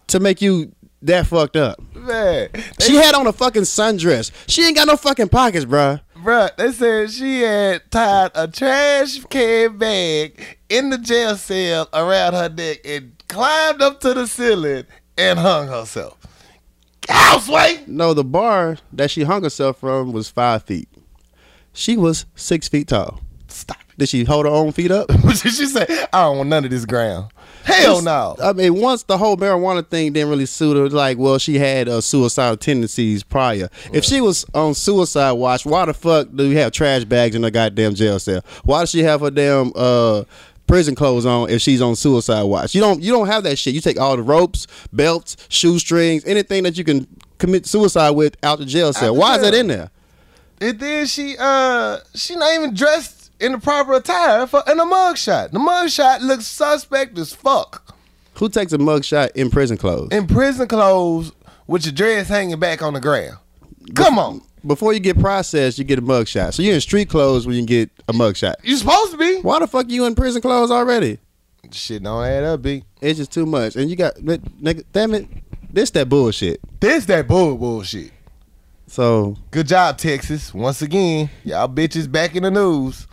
to make you that fucked up? Man, they, She had on a fucking sundress. She ain't got no fucking pockets, bruh. bruh, they said she had tied a trash can bag in the jail cell around her neck and climbed up to the ceiling and hung herself. Houseway. No, the bar that she hung herself from was five feet. She was six feet tall. Stop it. Did she hold her own feet up? she said, I don't want none of this ground. Hell It's- no. I mean, once the whole marijuana thing didn't really suit her, like, well, she had uh, suicidal tendencies prior. If she was on suicide watch, why the fuck do you have trash bags in a goddamn jail cell? Why does she have her damn uh, prison clothes on if she's on suicide watch? You don't you don't have that shit. You take all the ropes, belts, shoestrings, anything that you can commit suicide with out the jail cell. the why is jail. that in there? And then she uh she not even dressed in the proper attire for in a mugshot. The mugshot looks suspect as fuck. Who takes a mugshot in prison clothes? In prison clothes with your dress hanging back on the ground. Come on. Before you get processed, you get a mugshot. So you're in street clothes when you get a mugshot. You supposed to be. Why the fuck you in prison clothes already? Shit don't add up, B. It's just too much. And you got but, nigga, damn it, this that bullshit. This that bull bullshit. So Good job, Texas. Once again, y'all bitches back in the news.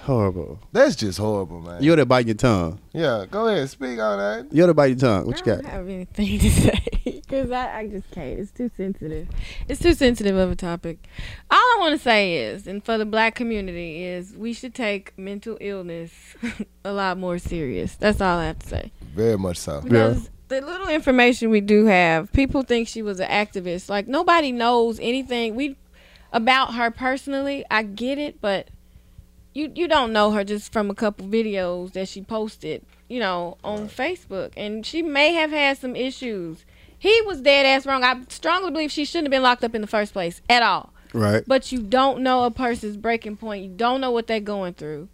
horrible. That's just horrible, man. You ought to bite your tongue. yeah, go ahead, speak on that. You ought to bite your tongue. What I you don't got? have anything to say because I, I just can't. It's too sensitive. It's too sensitive of a topic. All I want to say is, and for the black community, is we should take mental illness a lot more serious. That's all I have to say. Very much so. Yeah. Because the little information we do have, people think she was an activist. Like nobody knows anything we about her personally. I get it, but you you don't know her just from a couple videos that she posted, you know, on Facebook. And she may have had some issues. He was dead ass wrong. I strongly believe she shouldn't have been locked up in the first place at all Right. but you don't know a person's breaking point. You don't know what they're going through.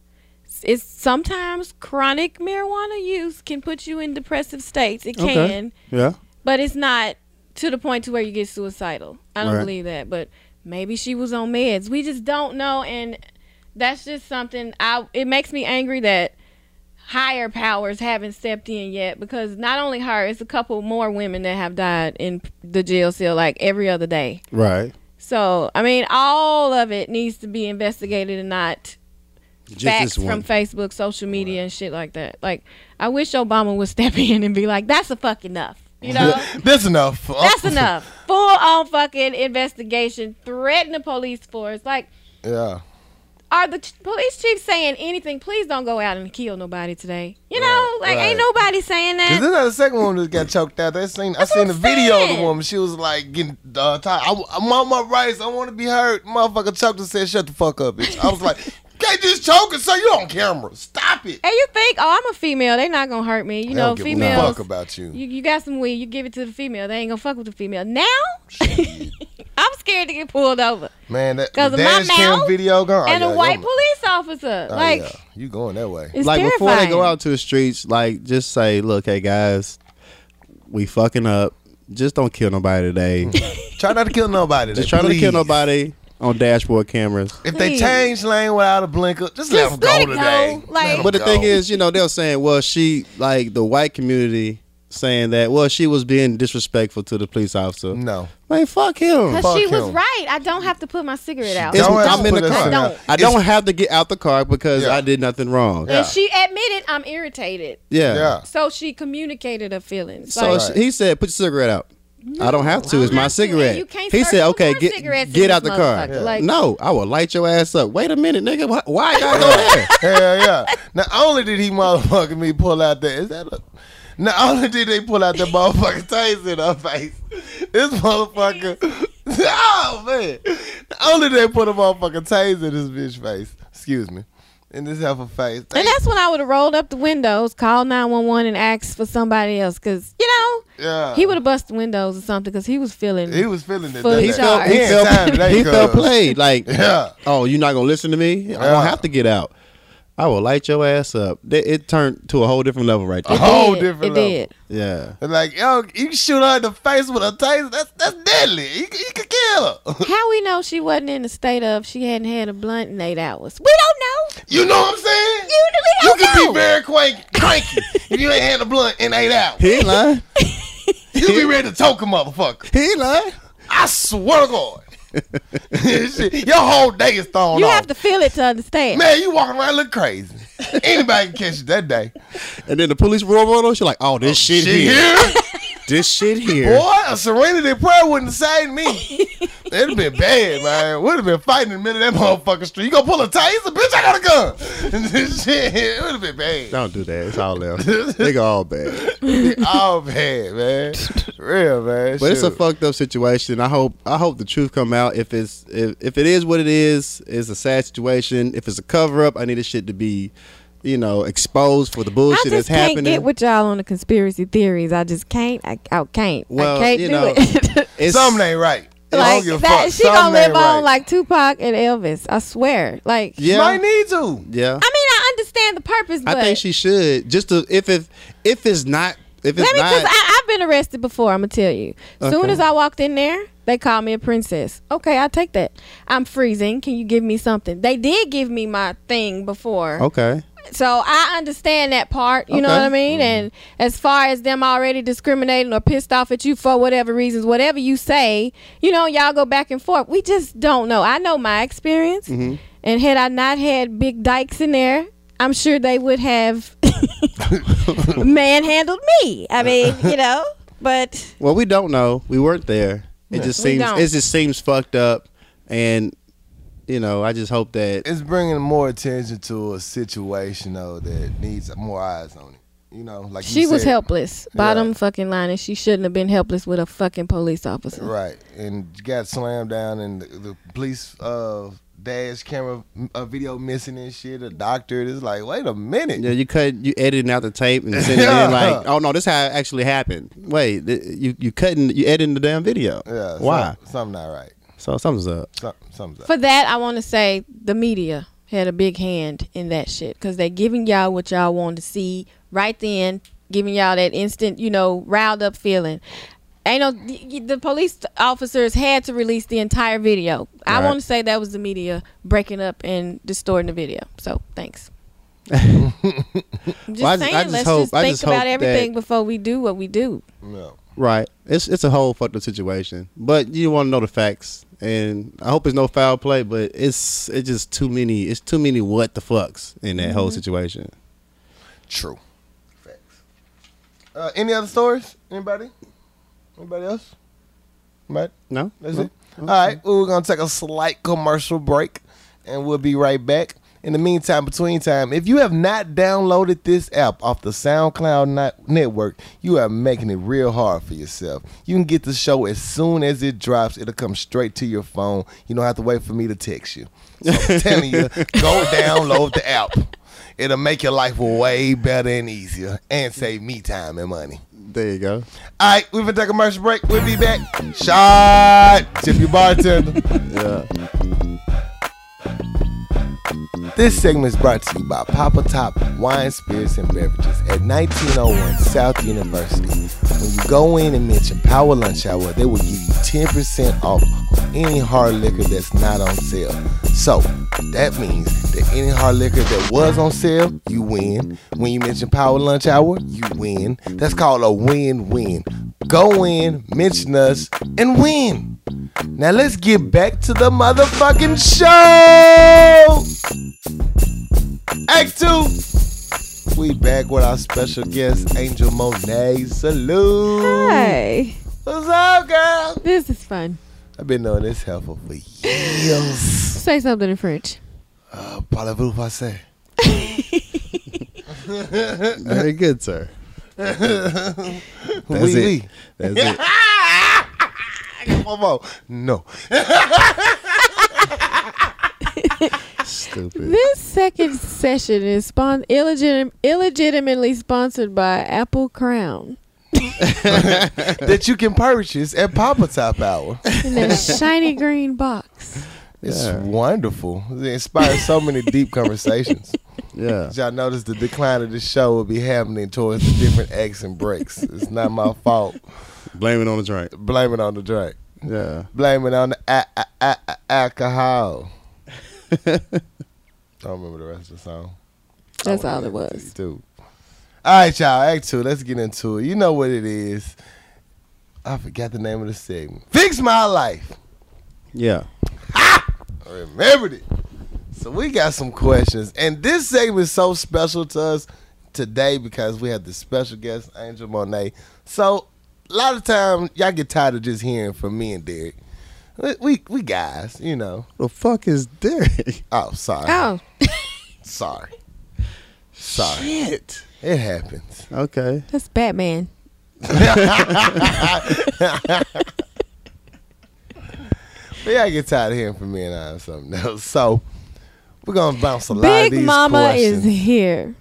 It's sometimes chronic marijuana use can put you in depressive states. It Okay. can, Yeah. but it's not to the point to where you get suicidal. I don't Right. believe that, but maybe she was on meds. We just don't know and that's just something I it makes me angry that higher powers haven't stepped in yet because not only her, it's a couple more women that have died in the jail cell like every other day. Right. So, I mean, all of it needs to be investigated and not Just facts from Facebook, social media, and shit like that. Like, I wish Obama would step in and be like, that's a fuck enough. You know? That's enough. Oh, that's enough. Full on fucking investigation. Threaten the police force. Like, Yeah. are the ch- police chiefs saying anything? Please don't go out and kill nobody today. You know? Right, Like, ain't right. nobody saying Cause that. this is the second woman that got choked out. I seen I That's seen the what I'm video of the saying. woman. She was like getting uh, tired. I, I'm on my rights. I want to be heard. Motherfucker choked and said, "Shut the fuck up, bitch." I was like, "Can't just choke and say you on camera. Stop it." And you think, oh, I'm a female. They not gonna hurt me. You I know, don't give a females. fuck about you. You, you got some weed, you give it to the female. They ain't gonna fuck with the female. Now, I'm scared to get pulled over. Man, that 'Cause the of my dash cam mouth video gone. Oh, and yeah, a white yeah. police officer. Oh, like, yeah. you going that way. it's like terrifying. before they go out to the streets, like just say, look, hey guys, we fucking up. Just don't kill nobody today. Try not to kill nobody. just then, trying to kill please. nobody on dashboard cameras. If they Please. change lane without a blinker, just, let them Just go let it today. go. Like- Let 'em But the go. thing is, you know, they're saying, well, she like the white community saying that, well, she was being disrespectful to the police officer. no. Man, fuck him. Because she Fuck was him. right. I don't have to put my cigarette out. It's- Don't ask I'm in for the that car. shit. Don't. I don't have to get out the car because Yeah. I did nothing wrong. Yeah. Yeah. And she admitted I'm irritated. Yeah. So she communicated her feelings. So Like, she- he said, "Put your cigarette out." I don't have to. I It's don't my have to. cigarette. You can't he serve said, no "Okay, more get cigarettes get in out the this car." motherfucker. Like- no, I will light your ass up. Wait a minute, nigga. Why, why I gotta go there? Hell yeah. Not only did he motherfucking me pull out that, is that a. Not only did they pull out that motherfucking taser in her face, this motherfucker. Oh, man. Not only did they put a motherfucking taser in this bitch face, excuse me, in this heifer face. and that's when I would have rolled up the windows, called 911, and asked for somebody else. Because, you know, yeah. he would have busted windows or something because he was feeling. Uh-huh. He was feeling it. Full that He day. charge. felt, he, He ain't felt- time today, he felt cuz. played. Like, Yeah. oh, you're not gonna listen to me? I Yeah. don't have to get out. I will light your ass up. Th- It, turned to a whole different level right there. It whole did. different It level. did. Yeah. And like, yo, you shoot her in the face with a taser. That's that's deadly. You, c- you could kill her. How we know she wasn't in the state of she hadn't had a blunt in eight hours? We don't know. You know what I'm saying? You, You we don't could know. be very crank, cranky if you ain't had a blunt in eight hours. He ain't lying. You be ready to choke a motherfucker. He ain't lying. I swear to God. Shit, Your whole day is thrown Oh, you off. have to feel it to understand. Man, you walking around look crazy. Anybody can catch you that day. And then the police roll over. on her, She like, oh, this shit Shit here. here, This shit here. boy, a serenity prayer wouldn't save me. It'd have been bad, man. Would have been fighting in the middle of that motherfucking street. You gonna pull a taser, bitch? I got a gun. Shit, it would have been bad. Don't do that. It's all left. Nigga, all bad. oh man, man, real man. But it's a Shoot. fucked up situation. I hope I hope the truth come out. If it's if, if it is what it is, it's a sad situation. If it's a cover up, I need this shit to be, you know, exposed for the I bullshit that's just can't happening. get with y'all on the conspiracy theories. I just can't. I, I can't. Well, I can't you do know, it. it's, something ain't right. I like don't give a that, fuck. she gonna Something live ain't on right. like Tupac and Elvis. I swear. Like, Yeah. Might need to. yeah. I mean, I understand the purpose, I but think she should just to if if if it's not if it's let me. not Cause I, I've been arrested before. I'm gonna tell you. Soon Okay. as I walked in there, they called me a princess. Okay, I take that. I'm freezing. Can you give me something? They did give me my thing before. okay. So I understand that part, you know Okay. what I mean? And as far as them already discriminating or pissed off at you for whatever reasons, whatever you say, you know, y'all go back and forth. We just don't know. I know my experience. And had I not had big dykes in there, I'm sure they would have manhandled me. I mean, you know, but Well, we don't know. We weren't there. It just We seems don't. it just seems fucked up, and you know I just hope that It's bringing more attention to a situation though that needs more eyes on it. You know, like she you was said. helpless. Bottom Right. fucking line, and she shouldn't have been helpless with a fucking police officer. Right, and you got slammed down, and the, the police uh, dash camera uh, video missing and shit. A doctor is like, wait a minute. you, know, you cut you editing out the tape and sending it Yeah. in like, oh no, this how it actually happened. Wait, th- you you cutting you editing the damn video. Yeah, some- Why? Something not right. So something's up. Some, something's up. For that, I want to say the media had a big hand in that shit because they're giving y'all what y'all want to see right then, giving y'all that instant, you know, riled up feeling. Ain't no, the, the police officers had to release the entire video. I Right. want to say that was the media breaking up and distorting the video. So thanks. I'm just Well, I just- saying, I just let's hope- just I think just hope about that- everything before we do what we do. No. Right. It's it's a whole fucked up situation, but you want to know the facts, and I hope it's no foul play, but it's it's just too many. It's too many what the fucks in that Mm-hmm. whole situation. True. Facts. Uh, any other stories? Anybody? Anybody else? Right. No. That's No? it. All right. Well, we're gonna take a slight commercial break, and we'll be right back. In the meantime, between time, if you have not downloaded this app off the SoundCloud ni- network, you are making it real hard for yourself. You can get the show as soon as it drops. It'll come straight to your phone. You don't have to wait for me to text you. So I'm telling you, go download the app. It'll make your life way better and easier, and save me time and money. There you go. All right, we're gonna take a commercial break. We'll be back. Shot. Tip your bartender. This segment is brought to you by Papa Top Wine, Spirits, and Beverages at 1901 South University. When you go in and mention Power Lunch Hour, they will give you 10% off on any hard liquor that's not on sale. So that means that any hard liquor that was on sale, you win. When you mention Power Lunch Hour, you win. That's called a win-win. Go in, mention us, and win. Now let's get back to the motherfucking show. Act two. We back with our special guest, Angel Monet. Salute. Hey, What's up, girl? this is fun. I've been knowing this heifer for years. Say something in French. Uh, Parlez-vous français? Very good, sir. Oui, it. oui. That's it. One more. No. Stupid. This second session is spon- illegit- illegitimately sponsored by Apple Crown. that you can purchase at Papa Top Hour. In a shiny green box. It's Yeah. wonderful. It inspires so many deep conversations. Yeah. Did y'all notice the decline of the show will be happening towards the different acts and breaks? It's not my fault. Blame it on the drink. Blame it on the drink. Yeah. Blame it on the a- a- a- a- alcohol. Don't remember the rest of the song. Oh, That's I all it wouldn't have was. to you, too. All right, y'all. Act two. Let's get into it. You know what it is. I forgot the name of the segment. Fix my life. Yeah. I remembered it. So we got some questions, and this segment is so special to us today because we have the special guest Angel Monet. So a lot of time y'all get tired of just hearing from me and Derek. We, we we guys, you know. The fuck is Derek? Oh, sorry. Oh, Sorry. Sorry. Shit. It happens. Okay. that's Batman. But yeah, I get tired of hearing from men on something else. So we're gonna bounce a lot of Big these Mama questions. is here.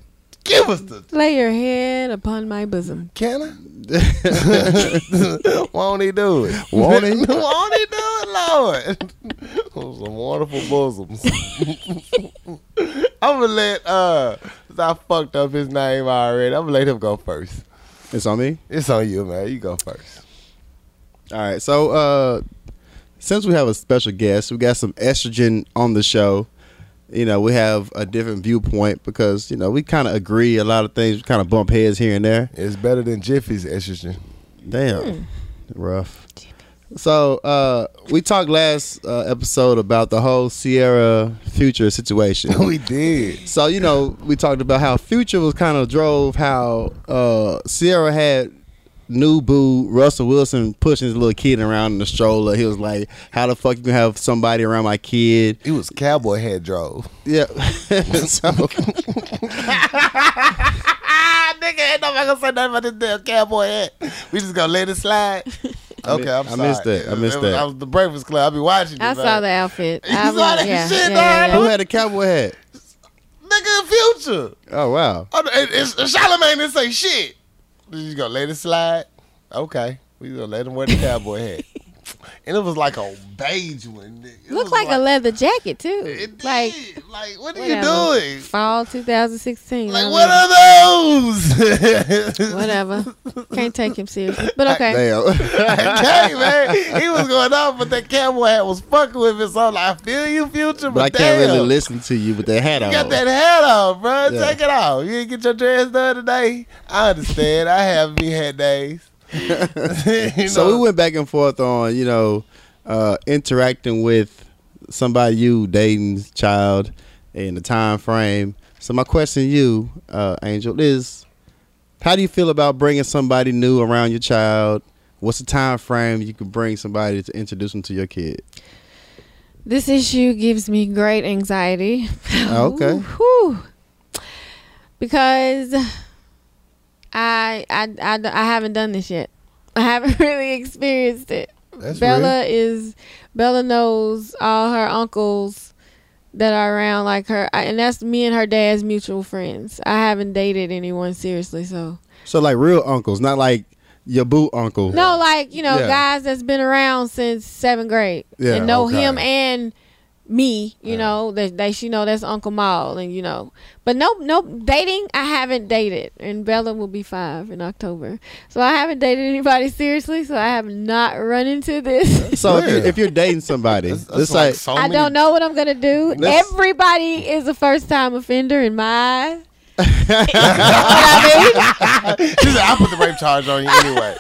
Give us the Lay your head upon my bosom. can I? Won't he do it? Won't he? Won't he do it, Lord? Those Some wonderful bosoms. I'm gonna let uh, 'cause I fucked up his name already. I'm gonna let him go first. It's on me. It's on you, man. You go first. All right. So, uh, since we have a special guest, we got some estrogen on the show. You know, we have a different viewpoint because you know we kind of agree a lot of things. We kind of bump heads here and there. It's better than Jiffy's estrogen. Damn, rough. So uh, we talked last uh, episode about the whole Sierra Future situation. we did. So you know, we talked about how Future was kind of drove how uh Sierra had new boo Russell Wilson pushing his little kid around in the stroller. He was like, "How the fuck you can have somebody around my kid?" It was cowboy head drove. Yeah. so Ah, nigga, ain't nobody gonna say nothing about this damn cowboy hat. We just gonna let it slide. Okay, I'm I sorry. missed that. I missed that. I was the Breakfast Club. I be watching. It, I saw man. the outfit. You I saw that shit, who had a cowboy hat? Nigga, Future. Oh wow. Oh, it- it's, Charlemagne didn't say shit. You gonna let it slide? Okay, we gonna let him wear the cowboy hat. And it was like a beige one. It was Looked like, a leather jacket too. It did. like Like, what are whatever. you doing? fall 2016. I Like, don't what know. are those? Whatever. Can't take him seriously. But okay. Damn. okay, man. He was going off, but that cowboy hat was fucking with me. So I'm like, I feel you, future, but, but I can't damn, really listen to you with that hat You on. got that hat on, bro. Yeah. Take it off. You didn't get your dress done today. I understand. I have me hat days. You so know? we went back and forth on you know uh, interacting with somebody you dating child in the time frame so my question to you uh, angel is how do you feel about bringing somebody new around your child what's the time frame you could bring somebody to introduce them to your kid This issue gives me great anxiety. Okay. Ooh, whew. Because I, I, I, I haven't done this yet. I haven't really experienced it. That's Bella is Bella knows all her uncles that are around like her, I, and that's me and her dad's mutual friends. I haven't dated anyone seriously, so so like real uncles not like your boo uncle no, like you know, Yeah. guys that's been around since seventh grade Yeah, and know okay. him and me. You know that they she know that's Uncle Maul, and you know, but no, no dating. I haven't dated, and Bella will be five in October, so I haven't dated anybody seriously. So I have not run into this. so if, you, Yeah. if you're dating somebody That's- that's it's like so I many- don't know what I'm gonna do. That's- Everybody is a first time offender in my eyes. You know what I mean? She said, I put the rape charge on you anyway.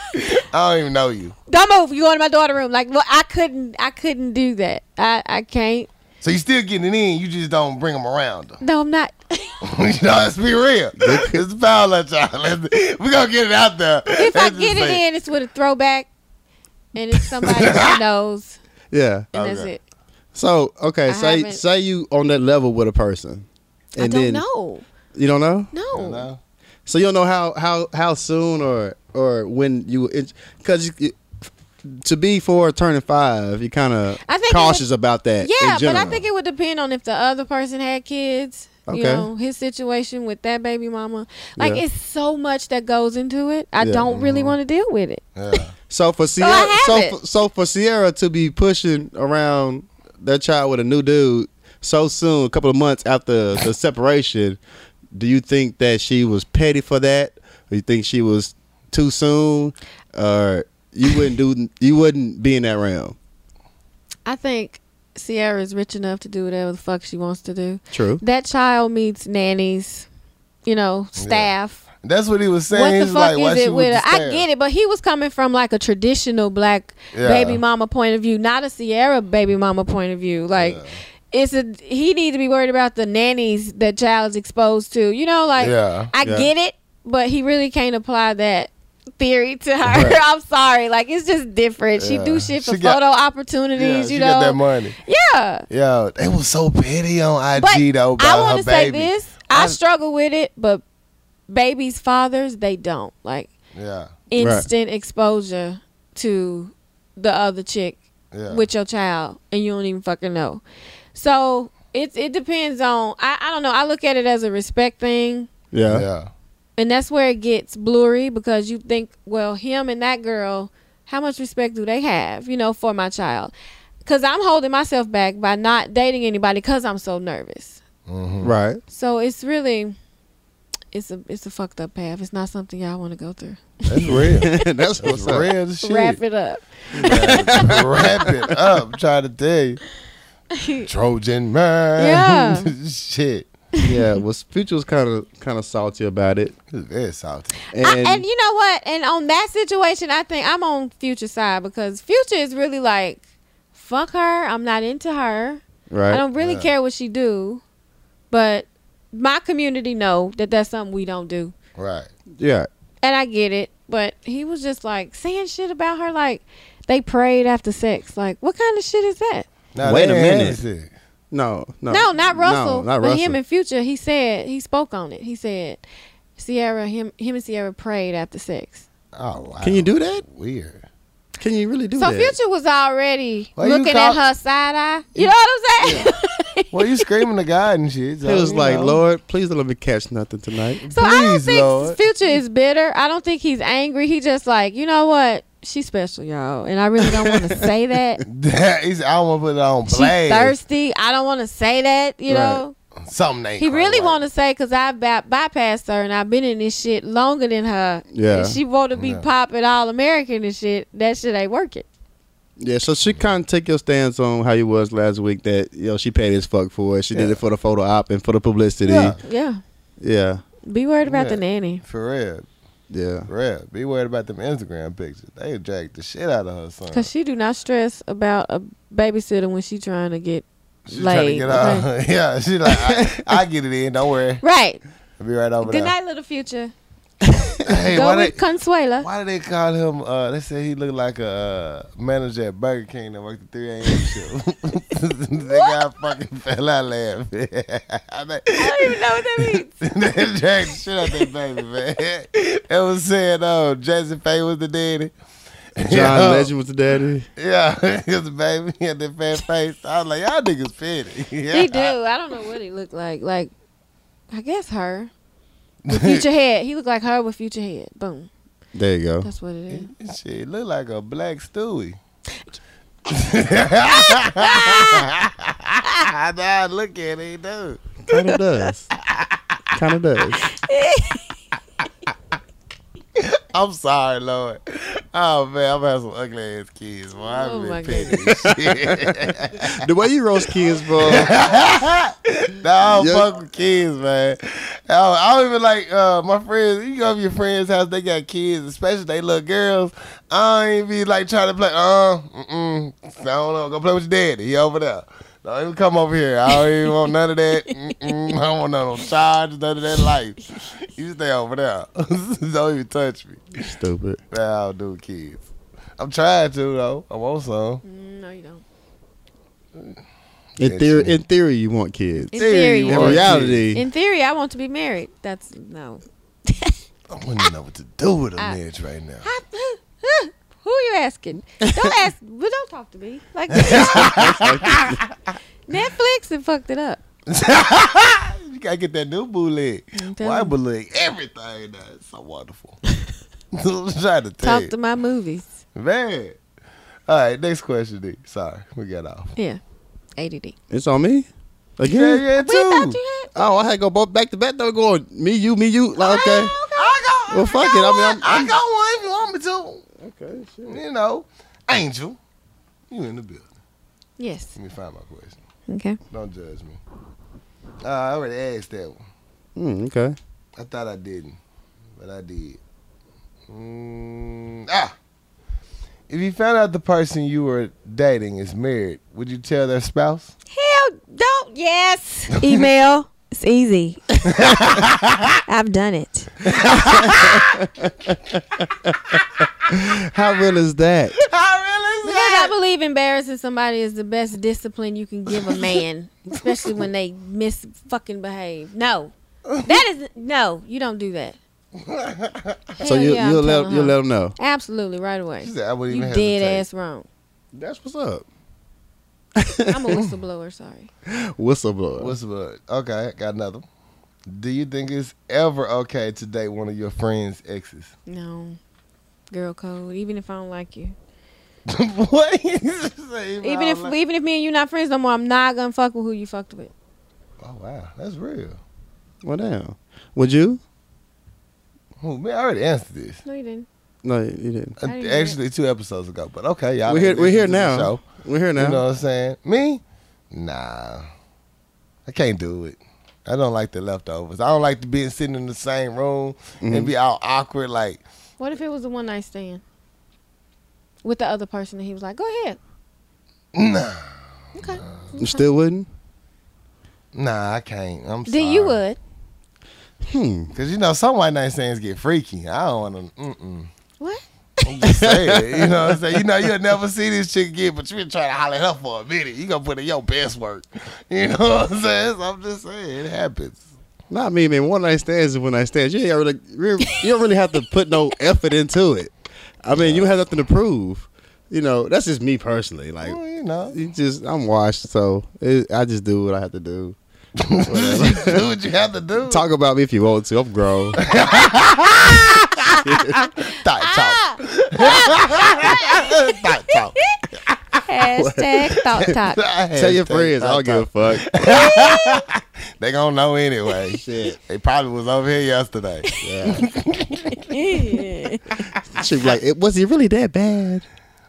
I don't even know you. Don't move. You go to my daughter room. Like, well, I couldn't. I couldn't do that. I, I can't. So you still getting it in. You just don't bring them around. No, I'm not. you know, let's be real. It's foul at y'all. Let's- we gonna get it out there. If I get it in, it's with a throwback, and it's somebody she knows, yeah and that's Okay. it. so okay I say haven't- say you on that level with a person and I don't then know. you don't know No. So you don't know how how how soon or or when you because to be four turning five, you're kind of I think it cautious about that. Yeah, in but general. I think it would depend on if the other person had kids. Okay. You know, his situation with that baby mama. Like, Yeah. it's so much that goes into it. I Yeah. Mm-hmm. don't really want to deal with it. Yeah. so for I Sierra, have so it. for, so for Sierra to be pushing around that child with a new dude so soon, a couple of months after the separation, do you think that she was petty for that? Or you think she was too soon, or you wouldn't do you wouldn't be in that realm? I think Sierra is rich enough to do whatever the fuck she wants to do. True. That child needs nannies, you know, staff. That's what he was saying. What the He's fuck like, why is she it with the her? I stare? get it, but he was coming from like a traditional black Yeah. baby mama point of view, not a Sierra baby mama point of view. Like it's a he needs to be worried about the nannies that child's exposed to. You know, like Yeah. I Yeah. get it, but he really can't apply that theory to her. Right. I'm sorry, like it's just different. She do Yeah. shit for She got- photo Yeah, opportunities, she you got that know. money. Yeah, Yeah, they was so petty on IG but though. I About want her to say baby. this: I, I- struggle with it, but babies' fathers they don't like Yeah, instant exposure to the other chick yeah. with your child and you don't even fucking know. So it's it depends on I, I don't know. I look at it as a respect thing. Yeah. yeah, And that's where it gets blurry because you think, well, him and that girl, how much respect do they have, you know, for my child? Because I'm holding myself back by not dating anybody because I'm so nervous. hmm Right. So it's really, it's a it's a fucked up path. It's not something y'all want to go through. that's real. That's That's what's up. real as shit. Wrap it up. Wrap it up. I'm trying to tell you. Trojan man. shit. Yeah. Well, Future was kind of kind of salty about it, It's salty. and, I, and you know what? And on that situation, I think I'm on future side because future is really like, fuck her. I'm not into her. right. I don't really Yeah. care what she do, but my community know that that's something we don't do, Right. yeah. and I get it. But he was just like saying shit about her, like they prayed after sex. Like what kind of shit is that? Now, Wait they a ain't had minute. shit. No. No. No, not No, Russell. not but Russell. him and Future, he said he spoke on it. He said Sierra, him, him and Sierra prayed after sex. Oh, wow. Can you do that? Weird. Can you really do so that? Future was already Why you looking call- at her side eye. You know what I'm saying? Well, you screaming to God and shit. so, He was you like, know. Lord, please don't let me catch nothing tonight. So I don't Please, think Lord. Future is bitter. I don't think he's angry. He just like, you know what? She's special, y'all. And I really don't want to say that. He's, I want to put it on She's blast. thirsty. I don't want to say that, you Right. know. Something ain't He really want wanted. to say because I by- bypassed her and I've been in this shit longer than her. Yeah. And she want to be Yeah. popping all American and shit. That shit ain't working. Yeah, so she kind of take your stance on how you was last week that you know she paid his fuck for it. She did Yeah. it for the photo op and for the publicity. Yeah. Yeah, Yeah. yeah. Be worried about the Yeah. nanny. For real. For real. Be worried about them Instagram pictures. They dragged the shit out of her son. Because she do not stress about a babysitter when she trying to get She's laid. trying to get okay? out. yeah, she like, I, I get it in. Don't worry. Right. I'll be right over Good there. night, little future. Hey, Go why with they, Consuela. why do they call him? Uh, they say he looked like a uh, manager at Burger King that worked the 3 a.m. shift. they got fucking fell out laughing. I I mean, don't even know what that means. they dragged the shit out that baby, man. that was saying, oh, Jason Faye was the daddy. John yeah, Legend was the daddy. Yeah, he was the baby. He had that fat face. I was like, y'all niggas petty. Yeah. He do. I don't know what he looked like. Like, I guess her. With future head. He looked like her with future head. Boom. There you go. That's what it is. Shit, look like a black Stewie. nah, look at it, dude. Kind of does. Kind of does. I'm sorry, Lord. Oh man, I'm gonna have some ugly ass kids, boy. I've Oh, been my petty. as Shit. The way you roast kids, bro. nah, I don't Yeah. fuck with kids, man. I don't, I don't even like uh, my friends. You go to your friends' house, they got kids, especially they little girls. I don't even be like trying to play. Uh, mm-mm, I don't know. Go play with your daddy. He over there. Don't even come over here. I don't even want none of that. Mm-mm, I don't want none of them charges, none of that life. You stay over there. don't even touch me. Stupid. Nah, I don't do kids. I'm trying to though. I want some. Mm, No, you don't. In theory, in theory, you want kids. In theory. you In want reality, In theory, I want to be married. That's no. kids. I wouldn't even know what to do with a I- marriage right now. I, who you asking? Don't ask. But don't talk to me. Like Netflix and fucked it up. You gotta get that new bootleg. I'm telling Why you. bootleg everything? Now. It's so wonderful. I'm trying to tell Talk you. to my movies. man. All right, next question. D. Sorry, we got off. Yeah. ADD. it's on me Yeah, again. yeah, We thought too. you had. Oh, I had to go both back to back. They were going me, you, me, you. Like, okay. I got. Well, fuck it. I mean, I'm- I I'm- got one if you want me Okay. to. You know, Angel, you in the building? Yes. Let me find my question. Okay. Don't judge me. Uh, I already asked that one. Mm, okay. I thought I didn't, but I did. Mm, ah, if you found out the person you were dating is married, would you tell their spouse? Hell, don't. Yes. Email. It's easy. I've done it. How real is that? Because I believe embarrassing somebody is the best discipline you can give a man, especially when they mis fucking behave. No, that is no. You don't do that. So Hell you yeah, I'm you'll let telling you'll her. let them know. absolutely right away. She said, I wouldn't You even dead hesitate. ass wrong. That's what's up. I'm a whistleblower. Sorry. Whistleblower. What's up? Okay, got another. Do you think it's ever okay to date one of your friends' exes? No, girl code. Even if I don't like you, what? You say you even if probably- even if me and you not friends no more, I'm not gonna fuck with who you fucked with. oh wow, that's real. well, damn. Would you? Oh, man, I already answered this. No, you didn't. No, you didn't. I didn't hear Actually, two episodes ago, but okay, y'all. We're here. ain't We're here listened to now. the show. We're here You know now. what I'm saying? Me? Nah, I can't do it. I don't like the leftovers. I don't like to be sitting in the same room and be all awkward. Like, What if it was a one night stand with the other person, and he was like, "Go ahead." Nah. Okay. You still wouldn't? nah, I can't. I'm sorry. Then you would. Hmm. Cause you know some white night stands get freaky. I don't want to. Mm-mm. What? I'm just saying. You know what I'm saying? You know you'll never see this chick again, but you been trying to holler at her for a minute. You gonna put in your best work. You know what I'm saying? So I'm just saying it happens. Not me, man. One night stands is one night stands. You ain't really, you don't really have to put no effort into it. I mean, you have nothing to prove. You know, that's just me personally. Like, Well, you know, you just, I'm washed, so it, I just do what I have to do. do what you have to do. Talk about me if you want to. I'm grown. talk, talk, talk, talk. Hashtag thought talk. Tell your friends. I Talk, don't give a talk. fuck. They gonna know anyway. Shit. They probably was over here yesterday. She be like, it, was it really that bad?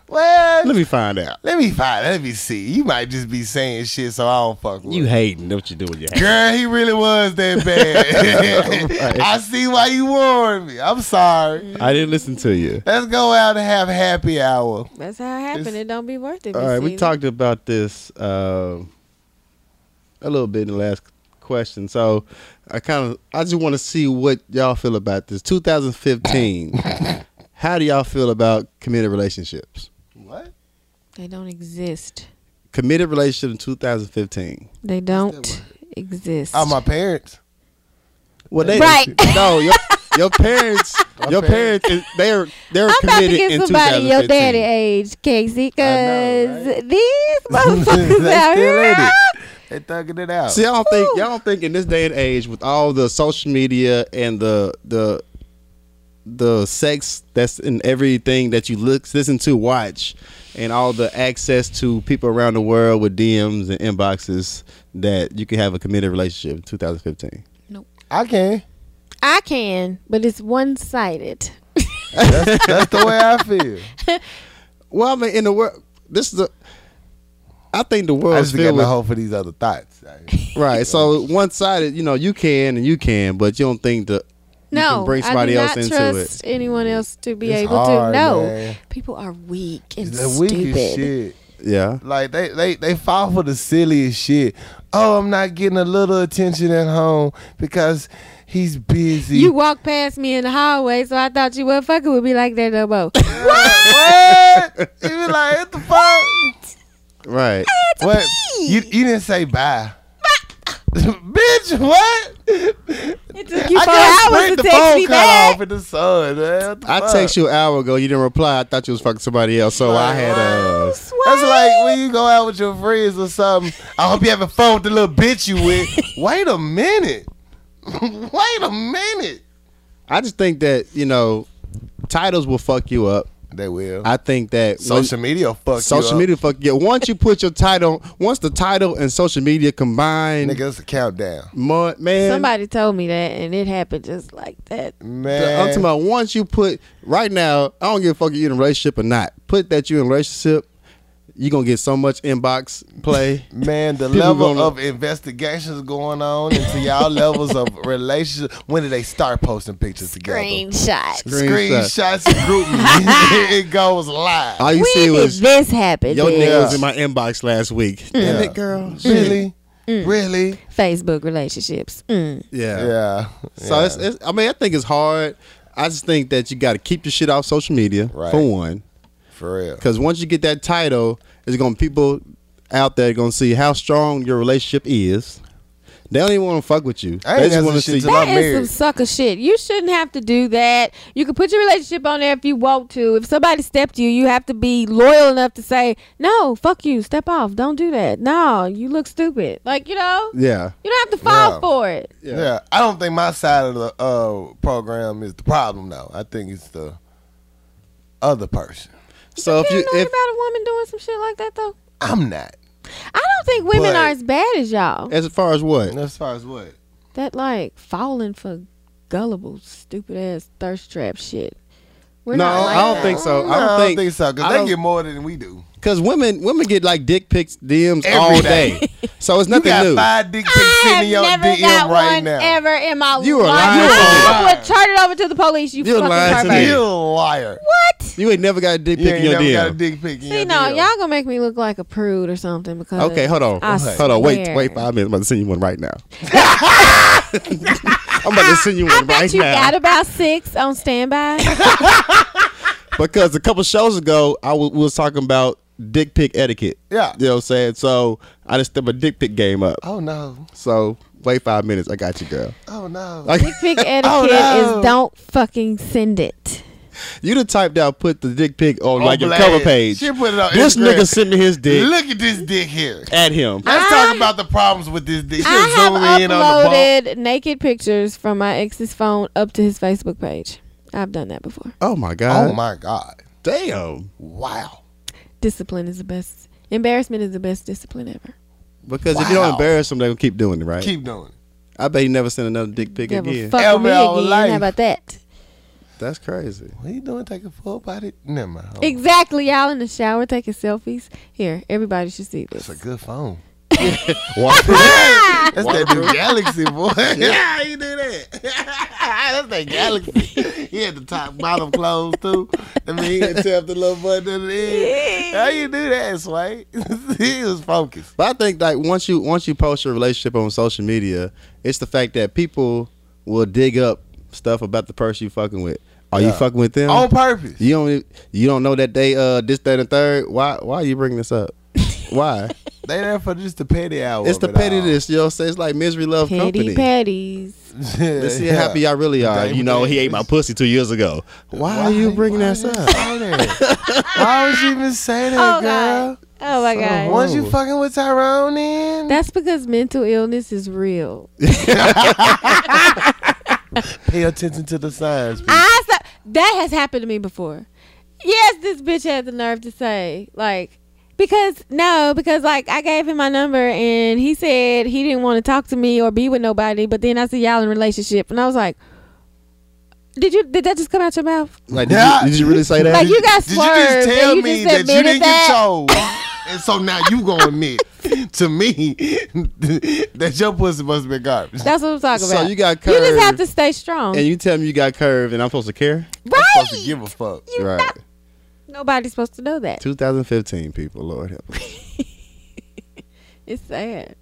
Well, Let me find out. let me find. Let me see. You might just be saying shit, so I don't fuck with. You hating? What you doing? You Girl, he really was that bad. I see why you warned me. I'm sorry. I didn't listen to you. Let's go out and have happy hour. That's how it happened. It don't be worth it. All right, we Miss Sealy. talked about this um a little bit in the last question, so I kind of I just want to see what y'all feel about this 2015. How do y'all feel about committed relationships? What? They don't exist. Committed relationship in 2015. They don't exist. Oh, my parents. Well, they Right. No, your, your parents, your parents. parents, is- they're they're I'm about to committed get in somebody 2015. your daddy age, Casey, because right? these motherfuckers They out still in here. it. They thugging it out. See, I don't think y'all don't think in this day and age with all the social media and the the the sex that's in everything that you look listen to watch and all the access to people around the world with DMs and inboxes that you can have a committed relationship in 2015. I can. I can, but it's one sided. That's the way I feel. Well, I mean in the world this is the I think the I world's just got filled no with hope for these other thoughts. right. So one sided, you know, you can and you can, but you don't think the you No, can bring I somebody do else not into trust it. anyone else to be It's able hard, to. No, man. people are weak and The weakest stupid. shit. Yeah. Like they they they fall for the silliest shit. Oh, I'm not getting a little attention at home because he's busy. You walked past me in the hallway, so I thought you were fucking with me like that no more. what? what? You be like, what the fuck? Right. What? You, you didn't say bye. Bitch, what? it took you I four got hours to to the text phone me cut back. off in the sun. Man. What the I fuck? text you an hour ago. You didn't reply. I thought you was fucking somebody else. So I had uh, That's like when you go out with your friends or something. I hope you having fun with the little bitch you with. Wait a minute. Wait a minute. I just think that you know, titles will fuck you up. They will. I think that when- social media will fuck social you media fuck you. up. Once you put your title, once the title and social media combine, Up. Nigga, it's a countdown. mo- man. Somebody told me that, and it happened just like that. I'm Man. talking about once you put right now. I don't give a fuck if you in a relationship or not. Put that you in a relationship, you gonna get so much inbox play. Man, the People level gonna- of investigations going on into y'all levels of relationships. When did they start posting pictures together? Screenshot. Screenshot. Screenshots and group me. it goes Oh, live. All you see When did was this happen? your Dad? nigga was Yeah. in my inbox last week. Damn it, girl. Mm. really? Really? Facebook relationships. Mm. Yeah. Yeah. So yeah. It's, it's, I mean, I think it's hard. I just think that you got to keep your shit off social media Right. for one, for real. because once you get that title, it's gonna people out there gonna see how strong your relationship is. They don't even want to fuck with you. I ain't they got just want to this shit see. till I'm That is some married. sucker shit. You shouldn't have to do that. You can put your relationship on there if you want to. If somebody stepped you, you have to be loyal enough to say, "No, fuck you. Step off. Don't do that. No, you look stupid." Like, you know? yeah. You don't have to fall Yeah. for it. Yeah. I don't think my side of the uh, program is the problem though. I think it's the other person. So if You you know if about a woman doing some shit like that though? I'm not. I don't think women But- are as bad as y'all. as far as what And as far as what? That like falling for gullible, stupid ass thirst trap shit. We're No, not like I don't that. think so. No, I don't think, so because I they don't- get more than we do. Cause women women get like dick pics DMs Every all day. day. so it's You nothing got new. five dick pics I sitting in your have never DM got right one now. ever in my You a life. liar. You a I liar. would turn it over to the police. You You a fucking liar to pervert. me. You a liar. What? You ain't never got a dick You pic in ain't your never got a DM. dick pic in See, your no, DM. y'all gonna make me look like a prude or something because Okay, hold on. Uh, I Hold on. Wait, swear. wait five minutes. I'm about to send you one right now. I'm about to send you I one bet right you now. got about six on standby. because a couple shows ago, I was, we was talking about dick pic etiquette. Yeah. You know what I'm saying? So I just stepped a dick pic game up. Oh no. So wait five minutes. I got you, girl. Oh no. Like, Dick pic etiquette Oh, no. is don't fucking send it. you the type that put the dick pic on like your Blast. cover page. Oh, She put it on This Instagram. nigga sent me his dick Look at this dick here. at him. Let's I- talk about the problems with this dick. She'll I have zoom in on the ball. uploaded naked pictures from my ex's phone up to his Facebook page. I've done that before. Oh my god. Oh my god. Damn. Wow. Discipline is the best. Embarrassment is the best discipline ever. Because if you don't Wow. embarrass them, they're gonna keep doing it, right? Keep doing it. I bet you never send another dick pic Never again. fuck Ever with me in our again. life. How about that? That's crazy. What are you doing taking full body? Never mind. Oh, Exactly, y'all in the shower taking selfies. Here, everybody should see It's a this. good phone. Waterproof. That's that new Galaxy boy. yeah, you do that. That's that Galaxy. He had the top bottom clothes too. I mean, he had tapped the little button in the end. How you do that, Sway? he was focused. But I think like once you once you post your relationship on social media, it's the fact that people will dig up stuff about the person you fucking with. Are you Yeah. Oh. fucking with them? On purpose. you don't e, you don't know that they uh this that and third. Why why are you bringing this up? Why? They there for just the petty hour. it's the of it all. pettiness, you know. what I'm saying? It's like misery love Petty company. patties. Let's see Yeah. how happy y'all really are. Damn, you know, he ate my pussy two years ago. Why, are you bringing why that you up? say that? why would you even say that, Oh, girl? God. Oh my god. Once you fucking with Tyrone, then That's because mental illness is real. pay attention to the signs. bitch. I saw, that has happened to me before. Yes, this bitch had the nerve to say like because no because like I gave him my number and he said he didn't want to talk to me or be with nobody. But then I see y'all in a relationship and I was like, did you did that just come out your mouth? Like, did you, did you really say that? Like you got Did you just swerved tell and you me just that you admitted didn't get that. chose? and so now you gonna admit to me that your pussy must have been garbage. That's what I'm talking So about. you got You just have curved. to stay strong, and you tell me you got curved, and I'm supposed to care? I'm supposed to right? give a fuck. You right. not- Nobody's supposed to know that. 2015, people. Lord help. us. It's sad.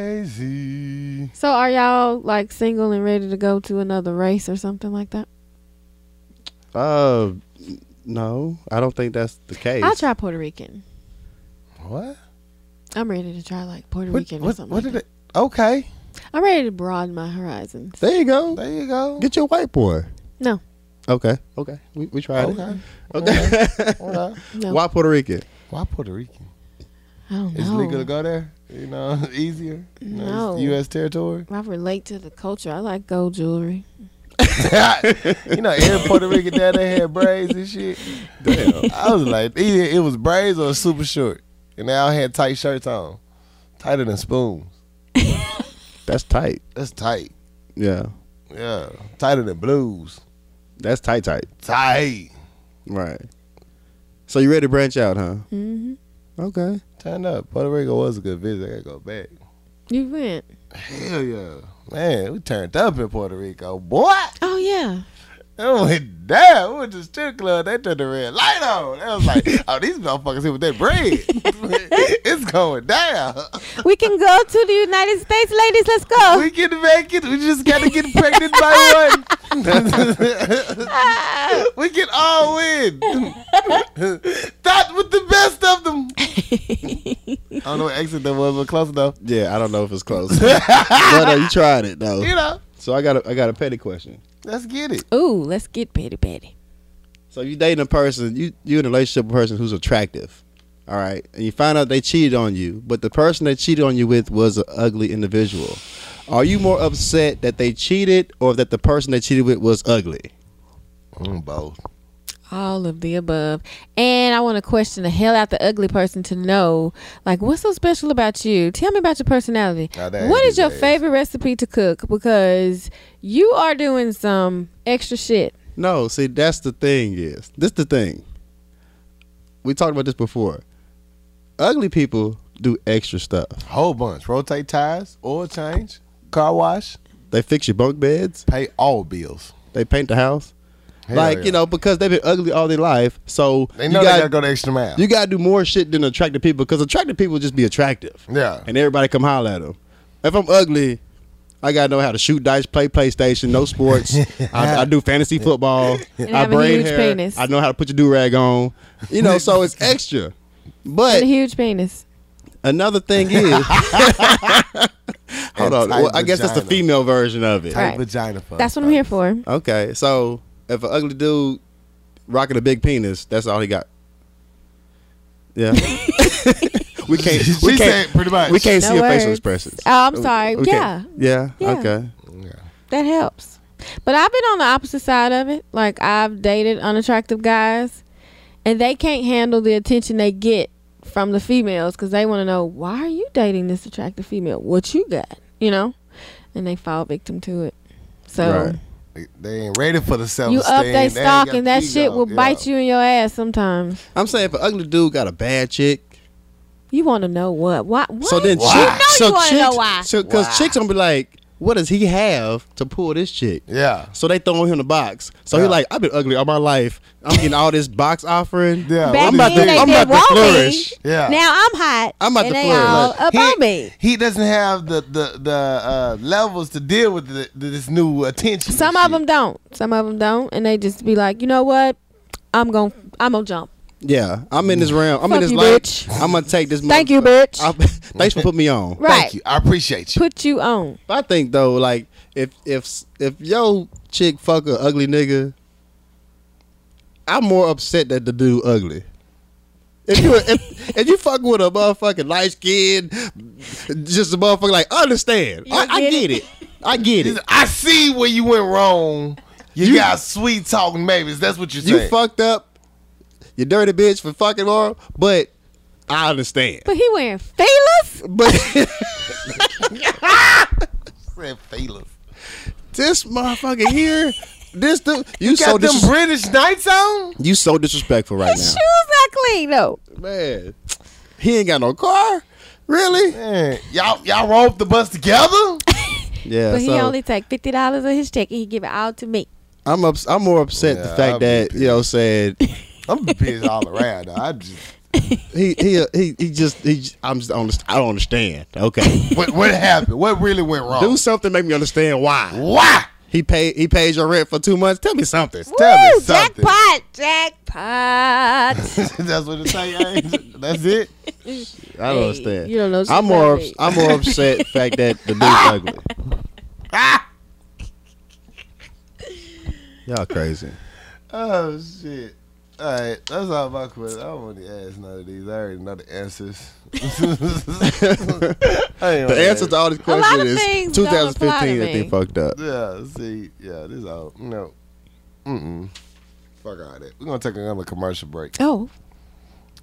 Crazy. So are y'all like single and ready to go to another race or something like that? Uh, no, I don't think that's the case. I'll try Puerto Rican. What? I'm ready to try like Puerto What? Rican or What, something. what like did it? Okay, that. I'm ready to broaden my horizons. There you go. there you go. Get your white boy. No, Okay. Okay. We, we tried Okay. it. Okay. Okay. no, Why Puerto Rican? Why Puerto Rican? I don't It's legal to know. go there. You know, easier. You know, No. it's U.S. territory. I relate to the culture. I like gold jewelry. you know, every Puerto Rican dad they had braids and shit. Damn. I was like, either it was braids or super short, and they all had tight shirts on, tighter than spoons. That's tight. That's tight. Yeah. Yeah, tighter than blues. That's tight, tight. Tight. Right. So you ready to branch out, huh? Mm-hmm. Okay. Turn up. Puerto Rico was a good visit. I gotta go back. You went. Hell yeah, man. We turned up in Puerto Rico, boy. Oh yeah. That went down. We went to the strip club. They turned the red light on. That was like, oh, these motherfuckers here with their bread. it's going down. We can go to the United States, ladies. Let's go. We get back in. We just got to get pregnant by one. we can all win. That with the best of them. I don't know what exit that was, but close enough. Yeah, I don't know if it's close. but uh, you tried it though. You know, So I got a, I got a petty question. let's get it. Ooh, let's get petty petty. So you dating a person, you you in a relationship with a person who's attractive, all right, and you find out they cheated on you, but the person they cheated on you with was an ugly individual. Are you more upset that they cheated or that the person they cheated with was ugly? Mm, both. All of the above. And I want to question the hell out the ugly person to know, like, what's so special about you? Tell me about your personality. Now, that what ain't is your these days. favorite recipe to cook? Because you are doing some extra shit. No, see that's the thing is this the thing. We talked about this before. Ugly people do extra stuff. Whole bunch. Rotate tires, oil change, car wash, They fix your bunk beds. pay all bills. They paint the house. Hell like yeah. you know because they've been ugly all their life. So They you know they got- gotta go the extra mile. You gotta do more shit than attractive people because attractive people just be attractive. Yeah. And everybody come holler at them. If I'm ugly, I gotta know how to shoot dice, play PlayStation, no sports. I, I do fantasy football. And I have a braid huge hair. penis. I know how to put your do rag on. You know, so it's extra. And But a huge penis. another thing is, hold on. tight Well, I guess that's the vagina. female version of it. Tight Right. vagina for That's what I'm here for. Okay, so if an ugly dude rocking a big penis, that's all he got. Yeah. we can't. She We said can't. pretty much. We can't see No a facial words. expressions. Oh, I'm sorry. We Yeah, can't- Yeah. Yeah. Okay. that helps. But I've been on the opposite side of it. Like I've dated unattractive guys, and they can't handle the attention they get from the females because they want to know why are you dating this attractive female? What you got? You know, and they fall victim to it. So Right. They- They ain't ready for the self. you up they stalk, and that shit will bite you in your ass sometimes. I'm saying if an ugly dude got a bad chick, You want to know what? Why? What? so then Why? chick, You know so you wanna chicks, know why. so because Why? chicks gonna be like, what does he have to pull this chick? Yeah. So they throw him in the box. So he Yeah. like, I've been ugly all my life. I'm getting all this box offering. Yeah. what Back do you then think? they I'm did about to want flourish. me. Yeah. Now I'm hot. I'm about and to they flourish. all Look, up on me. He doesn't have the the the uh, levels to deal with the, the, this new attention. Some and of them don't. Some of them don't, and they just be like, you know what? I'm gonna I'm gonna jump. Yeah, I'm in this realm. I'm Fuck in this you, life. bitch. I'm gonna take this. Thank you, motherfucker. bitch. I'm- thanks for putting me on. shit. Right. Thank you. I appreciate you. Put you on. I think though, like if if if yo chick fuck a ugly nigga, I'm more upset that the dude ugly. If you if, if you fuck with a motherfucking light skin, just a motherfucker like I understand. I, I get get it. I get it. I see where you went wrong. You, You- got sweet talking babies. That's what you're You saying. fucked up. You dirty bitch for fucking oral, but I understand. But he wearing feelers. But Said feelers. this motherfucker here, this dude, you, Got so them dis- British nights on. you so disrespectful right His shoes now, not clean though. man. He ain't got no car, really. Man, y'all y'all rode the bus together. Yeah, But he so only take fifty dollars of his check and he give it all to me. I'm ups- I'm more upset Yeah, the fact I'll be that you know said I'm pissed all around. though. I just he he uh, he, he just he j- I'm just honest, I don't understand. Okay, what, what happened? What really went wrong? do something make me understand why Why? he paid he paid your rent for two months. Tell me something. Tell me Woo, something. Jackpot! Jackpot! That's what it's like. That's it. I don't understand. you don't know I'm shit more about ups- me. I'm more upset the fact that the dude's ugly. Ah! Y'all crazy. Oh shit. All right, that's all my question. I don't want to ask none of these. I already know the answers. The answer to all these lot of questions is things don't apply to 2015 that they me. fucked up. yeah, see, yeah, this all no, mm mm, fuck all that. We're gonna take another commercial break. oh,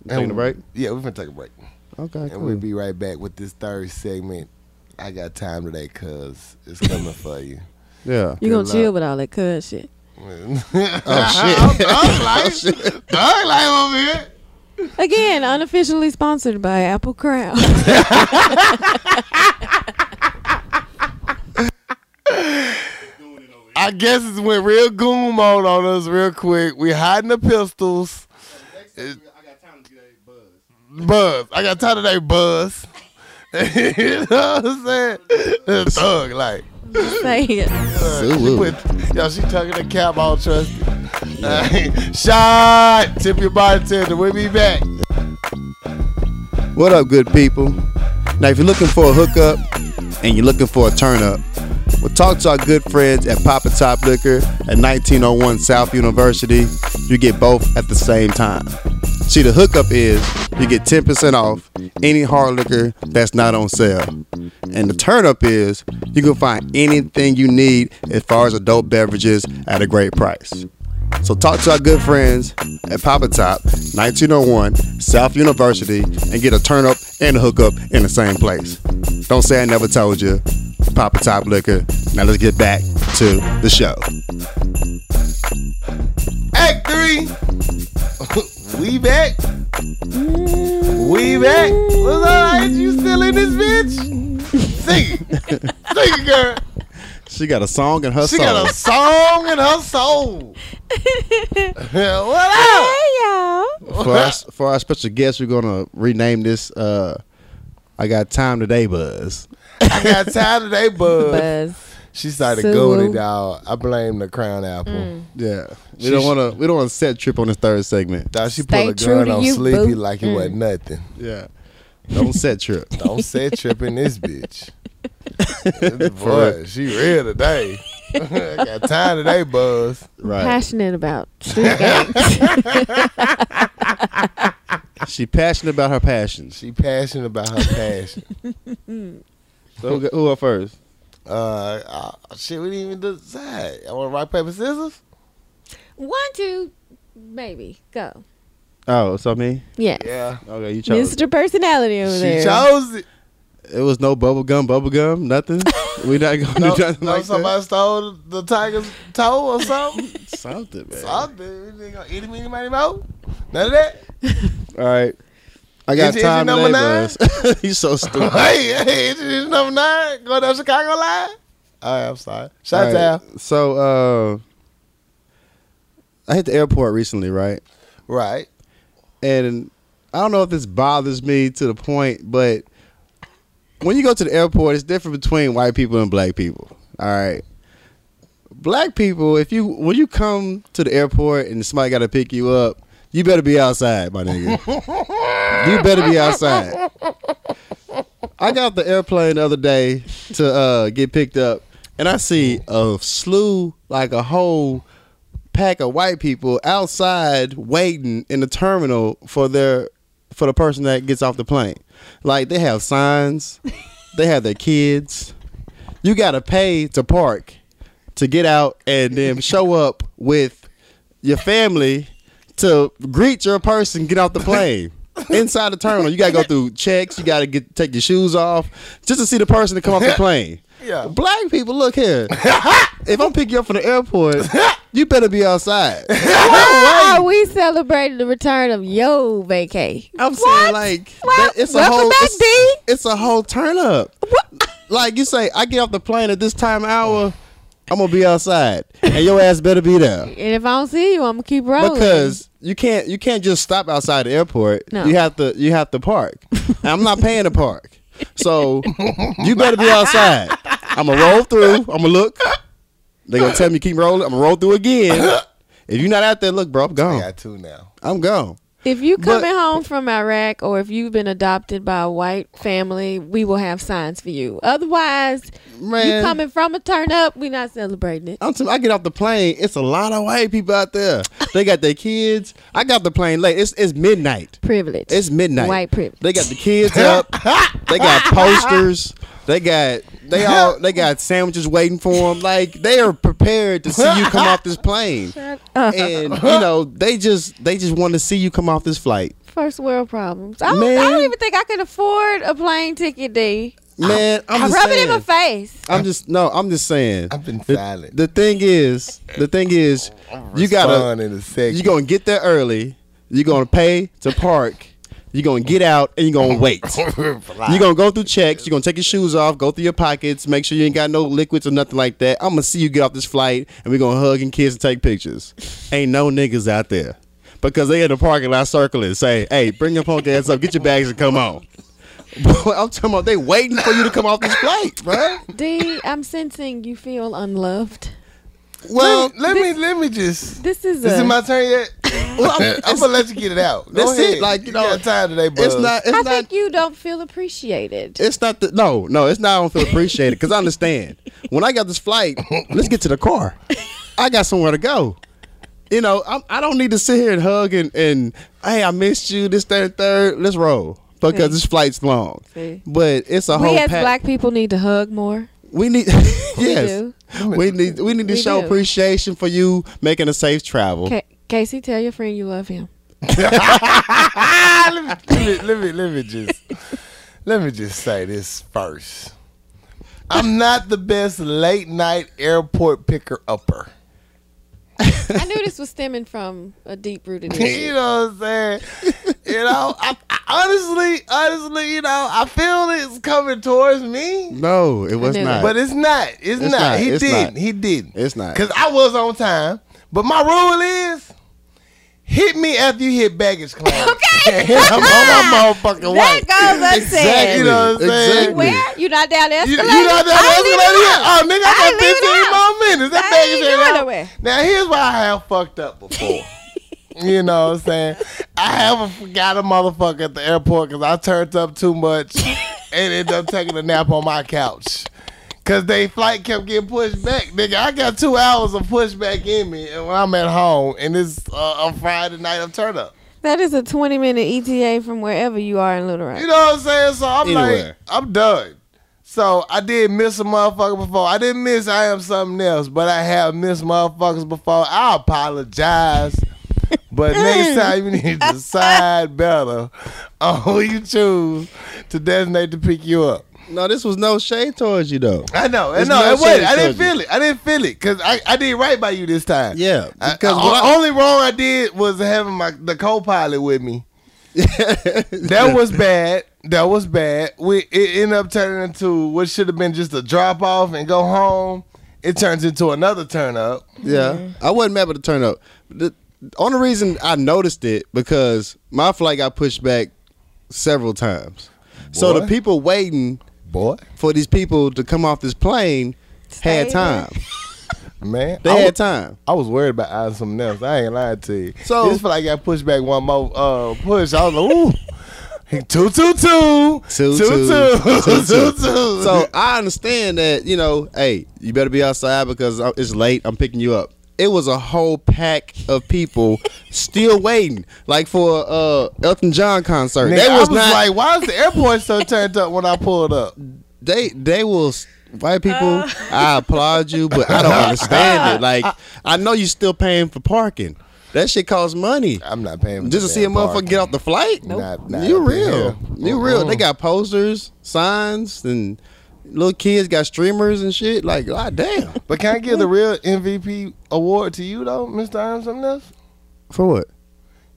Taking a break? Yeah, we're gonna take a break, Okay, and we'll be right back with this third segment. I got time today, cuz it's coming for you. Yeah. you gonna luck. chill with all that cuz shit. oh Oh, shit. Thug life, thug life over here. Again, unofficially sponsored by Apple Crown. I I guess it went real goon mode on us real quick. We hiding the pistols. Buzz. I got tired of that buzz. you know what I'm saying? Thug like. Say it. Uh, she Zulu. put, yo, she tucking the cap on, trust me. Alright, Shot! Tip your bartender. We'll be back. What up, good people? Now, if you're looking for a hookup and you're looking for a turn up, well, talk to our good friends at Papa Top Liquor at 1901 South University. You get both at the same time. See, the hookup is you get 10% off any hard liquor that's not on sale. And the turn up is you can find anything you need as far as adult beverages at a great price. So talk to our good friends at Papa Top, 1901 South University, and get a turn up and a hookup in the same place. Don't say I never told you. Papa Top Liquor. Now let's get back to the show. Act three. we back. We back. What's alright? You still in this bitch? Sing it. Sing it, girl. She got a song in her She song. got a song in her soul. what up? Hey y'all. for, our, for our special guest, we're gonna rename this. Uh, I got time today, Buzz. I got tired of that buzz. Buzz. She started Sulu. goading, dog. I blame the crown apple. Mm. Yeah, we She don't sh- want to. We don't want to set trip on this third segment. Dog, she Stay put a true gun to on you, Sleepy boo. Mm. like it wasn't nothing. Yeah, don't set trip. Don't say tripping this bitch. Boy, she real today. I got time today, Buzz. Right. Passionate about street gangs. She passionate about her passions. She passionate about her passion. So who, who are first? Uh, uh, shit, we didn't even decide. I want rock paper scissors. One, two, maybe. Go. Oh, so me? Yes. Yeah, Okay, you chose. Mr. Personality over she there. chose it. It was no bubble gum, bubble gum, nothing. we not gonna No, do nothing no, like somebody stole the tiger's toe or something. that. Something, man. something. We didn't gonna eat him, eat him, None of that. All right, I got Is it- is it time number today, nine? Buzz. He's so stupid. hey, hey, it's it's number nine. Go down Chicago line. All right, I'm sorry. All Shout right, out. So, uh, I hit the airport recently, right? Right. And I don't know if this bothers me to the point, but when you go to the airport, it's different between white people and black people. All right. Black people, if you when you come to the airport and somebody got to pick you up, you better be outside, my nigga. you better be outside. I got the airplane the other day to uh, get picked up, and I see a slew, like a whole pack of white people outside waiting in the terminal for their for the person that gets off the plane. Like they have signs, they have their kids. You gotta pay to park, to get out, and then show up with your family to greet your person, get off the plane. Inside the terminal, you gotta go through checks. You gotta get take your shoes off just to see the person to come off the plane. Yeah. Black people, look here. if I'm picking you up from the airport, you better be outside. Why are Ah, we celebrating the return of yo vacay? I'm saying like that- it's a Welcome whole back, it's, D. it's a whole turn up. Like you say, I get off the plane at this time of hour, I'm gonna be outside, and your ass better be there And if I don't see you, I'm gonna keep rolling. because you can't you can't just stop outside the airport. No. You have to you have to park. And I'm not paying to park, so you better be outside. I'm gonna roll through. I'm gonna look. They gonna tell me keep rolling. I'm gonna roll through again. If you're not out there, look, bro, I'm I gone. got two now. I'm gone. if you But- coming home from Iraq or if you've been adopted by a white family, we will have signs for you. Otherwise, Man. you coming from a turn up, we not celebrating it. I'm t- I get off the plane. It's a lot of white people out there. They got their kids. I got the plane late. It's it's midnight. Privilege. It's midnight. White privilege. They got the kids up. they got posters. They got they all they got sandwiches waiting for them. Like they are prepared to see you come off this plane. And you know they just they just want to see you come off this flight. First world problems. I don't, Man. I don't even think I could afford a plane ticket, D. Man, I'm, I'm just rubbing it saying. in my face. I'm just no. I'm just saying. I've been the, silent. The thing is, the thing is, you gotta Respond in a second. You're gonna get there early. You're gonna pay to park. You're gonna get out and you're gonna wait. you You're gonna go through checks. You're gonna take your shoes off, go through your pockets, make sure you ain't got no liquids or nothing like that. I'm gonna see you get off this flight, and we're gonna hug and kiss and take pictures. ain't no niggas out there because they in the parking lot circling, say, "Hey, bring your punk ass up, get your bags and come on." Boy, I'm talking about they waiting for you to come off this flight, right? D, I'm sensing you feel unloved. Well, let me let me just. This is Is a. it my turn yet? well, I'm- I'm it's, gonna let you get it out. Go That's it, ahead. like, you know, got time today, bro. it's not. It's I not. think you don't feel appreciated. It's not the no, no. It's not. I don't feel appreciated because I understand. When I got this flight, let's get to the car. I got somewhere to go. You know, I'm, I don't need to sit here and hug and, and hey, I missed you. This third, third. Let's roll because this flight's long. See. But it's a whole. We as pack- black people need to hug more. we need yes. do. We need we need to We show do. appreciation for you making a safe travel. Ca- Casey, tell your friend you love him. let, me, let me let me just let me just say this first. I'm not the best late night airport picker upper. I knew this was stemming from a deep rooted you issue. know what I'm saying? You know, I, I honestly, honestly, you know, I feel it's coming towards me, No, it was knew not. but it's not. It's, not. not, He it's didn't. not. He didn't. It's not. Cause I was on time. But my rule is, hit me after you hit baggage claim. okay. I'm on my motherfucking way. That goes unsaid. You know what I'm saying? Exactly. Where? You not down the You, you escalator? know that I didn't escalator? Oh, nigga, I, Oh, got 15 more even know. I leave it out. minutes. That I thing ain't is going out. nowhere. Now, here's why I have fucked up before. you know what I'm saying? I haven't forgot a motherfucker at the airport because I turned up too much and ended up taking a nap on my couch. Cause they flight kept getting pushed back, nigga. I got two hours of pushback in me, and when I'm at home, and it's uh, a Friday night of turn up. That is a 20 minute ETA from wherever you are in Little Rock. You know what I'm saying? So I'm like, Anywhere. I'm done. So I did miss a motherfucker before. I didn't miss I am something else, but I have missed motherfuckers before. I apologize. But next time you need to decide better on who you choose to designate to pick you up. no, this was no shade towards you though. I know. I There's know. no it was. shade I didn't towards you. feel it. I didn't feel it because I, I did right by you this time. Yeah, Because because what I- only wrong I did was having my the co-pilot with me. that was bad. That was bad. We it ended up turning into what should have been just a drop off and go home. It turns into another turn up. Yeah, I wasn't mad at the turn up. The only reason I noticed it because my flight got pushed back several times. So Boy. the people waiting Boy, for these people to come off this plane Stayed had time. man, They I, had was, time. I was worried about adding something else. I ain't lying to you. So- this feel like I got pushed back one more uh, push. I was like, ooh. Two two two Two, two two, two two, two two. two. So I understand that you know, hey, you better be outside because I- it's late. I'm picking you up. It was a whole pack of people still waiting, like for uh Elton John concert. Nigga, they I was, was not. like, why is the airport so turned up when I pulled up? they they will s- white people Uh. i applaud you but i don't understand it like i know you still paying for parking that shit costs money I'm not paying. for just to the see a damn motherfucker parking. get off the flight Not- not you up in here. real you real they got posters signs and little kids got streamers and shit like god damn But can I give the real MVP award to you though, Mr. Arm something else? for what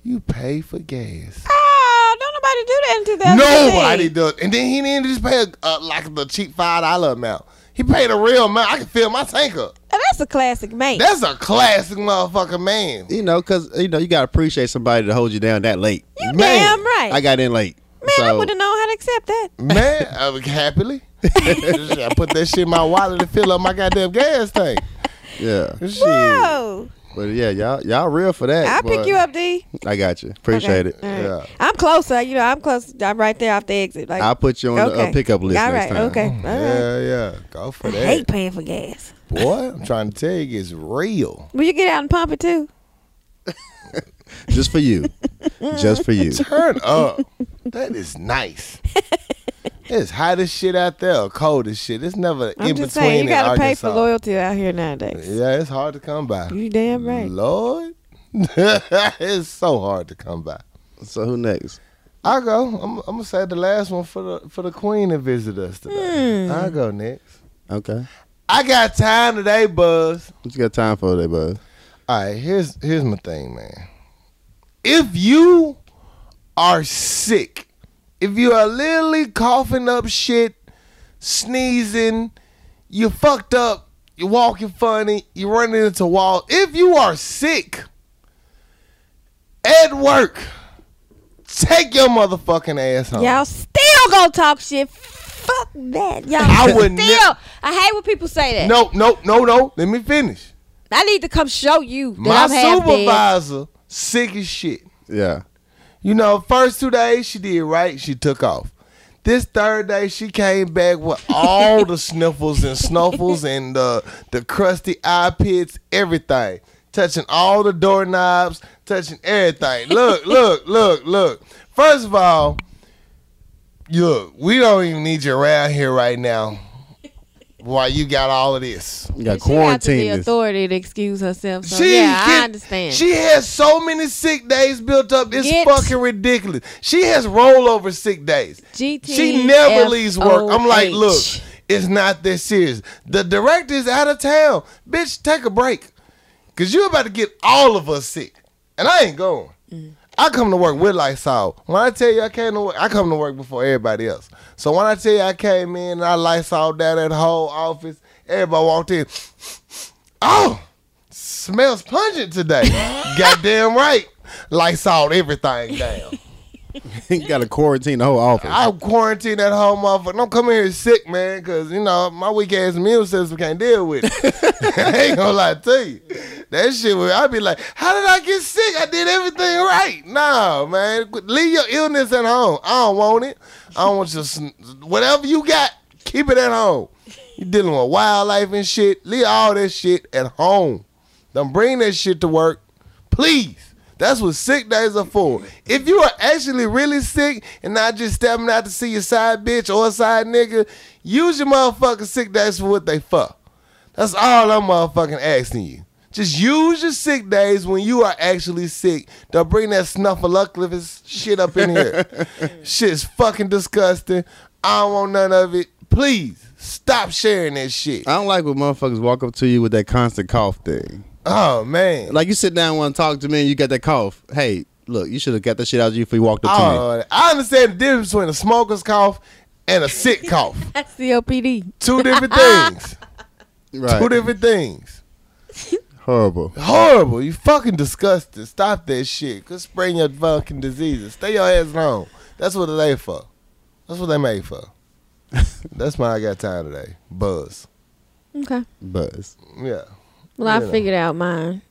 You pay for gas. Oh, don't nobody do that in 2015. Nobody does. And then he didn't just pay a, uh, like the cheap five dollar amount. He paid a real amount. I can fill my tank up. And that's a classic mate. That's a classic motherfucker man. you know because you know you gotta appreciate somebody to hold you down that late you man, damn right. i got in late Man, I so- wouldn't know how to accept that. Man, I would Uh, happily. I put that shit in my wallet to fill up my goddamn gas tank. yeah Shit. Whoa. but yeah y'all y'all real for that I'll but pick you up, D. i got you appreciate it All right. Yeah. I'm closer. You know, I'm close. I'm right there off the exit. Like, I'll put you on the Okay. uh, pickup list all next right. time. Okay. All right. Yeah, yeah. Go for Uh-huh. I hate that. paying for gas. Boy, I'm trying to tell you, it's real. Will you get out and pump it too? Just for you. Just for you. Turn up. That is nice. it's hot as shit out there, or cold as shit. It's never I'm in between. just saying, you in gotta pay for Arkansas. loyalty out here nowadays. Yeah, it's hard to come by. You damn right. Lord, it's so hard to come by. So who next? I go. I'm, I'm gonna say the last one for the for the queen to visit us today. Hmm. I go next. Okay. I got time today, Buzz. What you got time for today, bud? All right, here's here's my thing, man. If you are sick. If you are literally coughing up shit, sneezing, you fucked up, you're walking funny, you're running into walls. If you are sick at work, take your motherfucking ass home. Y'all still gonna talk shit. Fuck that. Y'all I would ne- still. I hate when people say that. No, no, no, no. Let me finish. I need to come show you that My I'm half dead. supervisor, sick as shit. Yeah. You know, first two days she did right, she took off. This third day she came back with all the sniffles and snuffles and the the crusty eye pits, everything. Touching all the doorknobs, touching everything. Look, look, look, look. First of all, look, we don't even need you around here right now. While you got all of this. You got She got the quarantine. authority to excuse herself. So yeah, get- I understand. She has so many sick days built up. It's Get- fucking ridiculous. She has rollover sick days. She GTFOH. never leaves work. I'm like, look, it's not that serious. The director is out of town. Bitch, take a break. Cause you about to get all of us sick. And I ain't going. I come to work with Lysol. When I tell you I came to work, I come to work before everybody else. So when I tell you I came in and I Lysol down that whole office, everybody walked in. Oh, smells pungent today. Goddamn right. Lysol everything down. you got to quarantine the whole office. I quarantine that whole motherfucker. Don't come here sick, man, because, you know, my weak ass immune system can't deal with it. I ain't gonna lie to you. That shit, would- I'd be like, how did I get sick? I did everything right. Nah, man. Qu- Leave your illness at home. I don't want it. I don't want your, sn- whatever you got, keep it at home. You dealing with wildlife and shit. Leave all that shit at home. Don't bring that shit to work. Please. That's what sick days are for. If you are actually really sick and not just stepping out to see your side bitch or side nigga, use your motherfucking sick days for what they for. That's all I'm motherfucking asking you. Just use your sick days when you are actually sick. Don't bring that snuffleupagus shit up in here. Shit's fucking disgusting. I don't want none of it. Please stop sharing that shit. I don't like when motherfuckers walk up to you with that constant cough thing. Oh man. Like you sit down and want to talk to me and you got that cough. Hey, look, you should have got that shit out of you before you walked up to me. Oh, I understand the difference between a smoker's cough and a sick cough. That's COPD. Two different things. Oh. Two Right. different things. Horrible. Horrible. You fucking disgusting. Stop that shit. Quit spraying your fucking diseases. Stay your ass at home. That's what they for. That's what they made for. That's why I got tired today. Buzz. Okay. Buzz. Yeah. Well, Yeah. I figured out mine.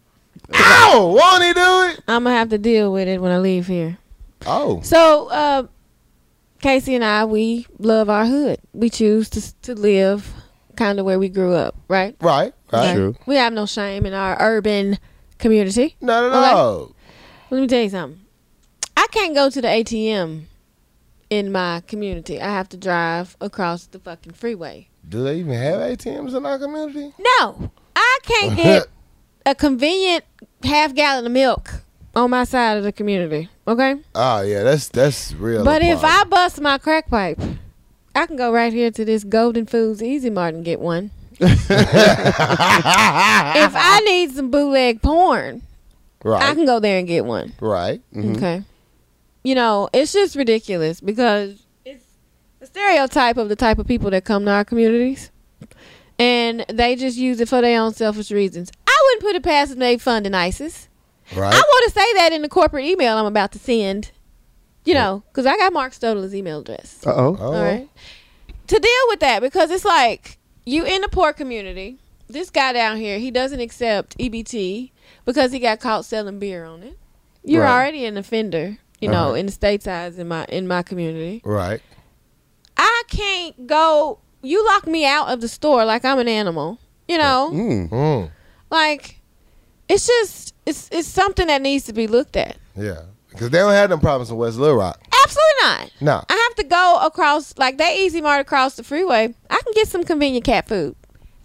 Ow! Oh, Won't he do it? I'm gonna have to deal with it when I leave here. Oh. So, uh, Casey and I, we love our hood. We choose to to live kind of where we grew up, right? Right. Right. Okay. True. We have no shame in our urban community. Not at Okay. all. Let me tell you something. I can't go to the ATM in my community. I have to drive across the fucking freeway. Do they even have ATMs in our community? No, I can't get a convenient half gallon of milk on my side of the community. Okay, Oh yeah, that's that's real. but if problem. I bust my crack pipe, I can go right here to this Golden Foods Easy Mart and get one. Mm-hmm. if I need some bootleg porn, I Right. Mm-hmm. can go there and get one. Right. Okay. You know, it's just ridiculous because it's a stereotype of the type of people that come to our communities. And they just use it for their own selfish reasons. I wouldn't put it past them they funding ISIS. Right. I want to say that in the corporate email I'm about to send. You know, because I got Mark Stodler's email address. Uh oh. Oh. All right. To deal with that because it's like you in a poor community. This guy down here, he doesn't accept EBT because he got caught selling beer on it. You're Right. already an offender, you know, Right. in the state's eyes in my in my community. Right. I can't go you lock me out of the store like I'm an animal. You know? Mm. Mm. Like it's just it's it's something that needs to be looked at. Yeah. Because they don't have them problems in West Little Rock. Absolutely not. No. I have to go across like that easy mart across the freeway. I can get some convenient cat food.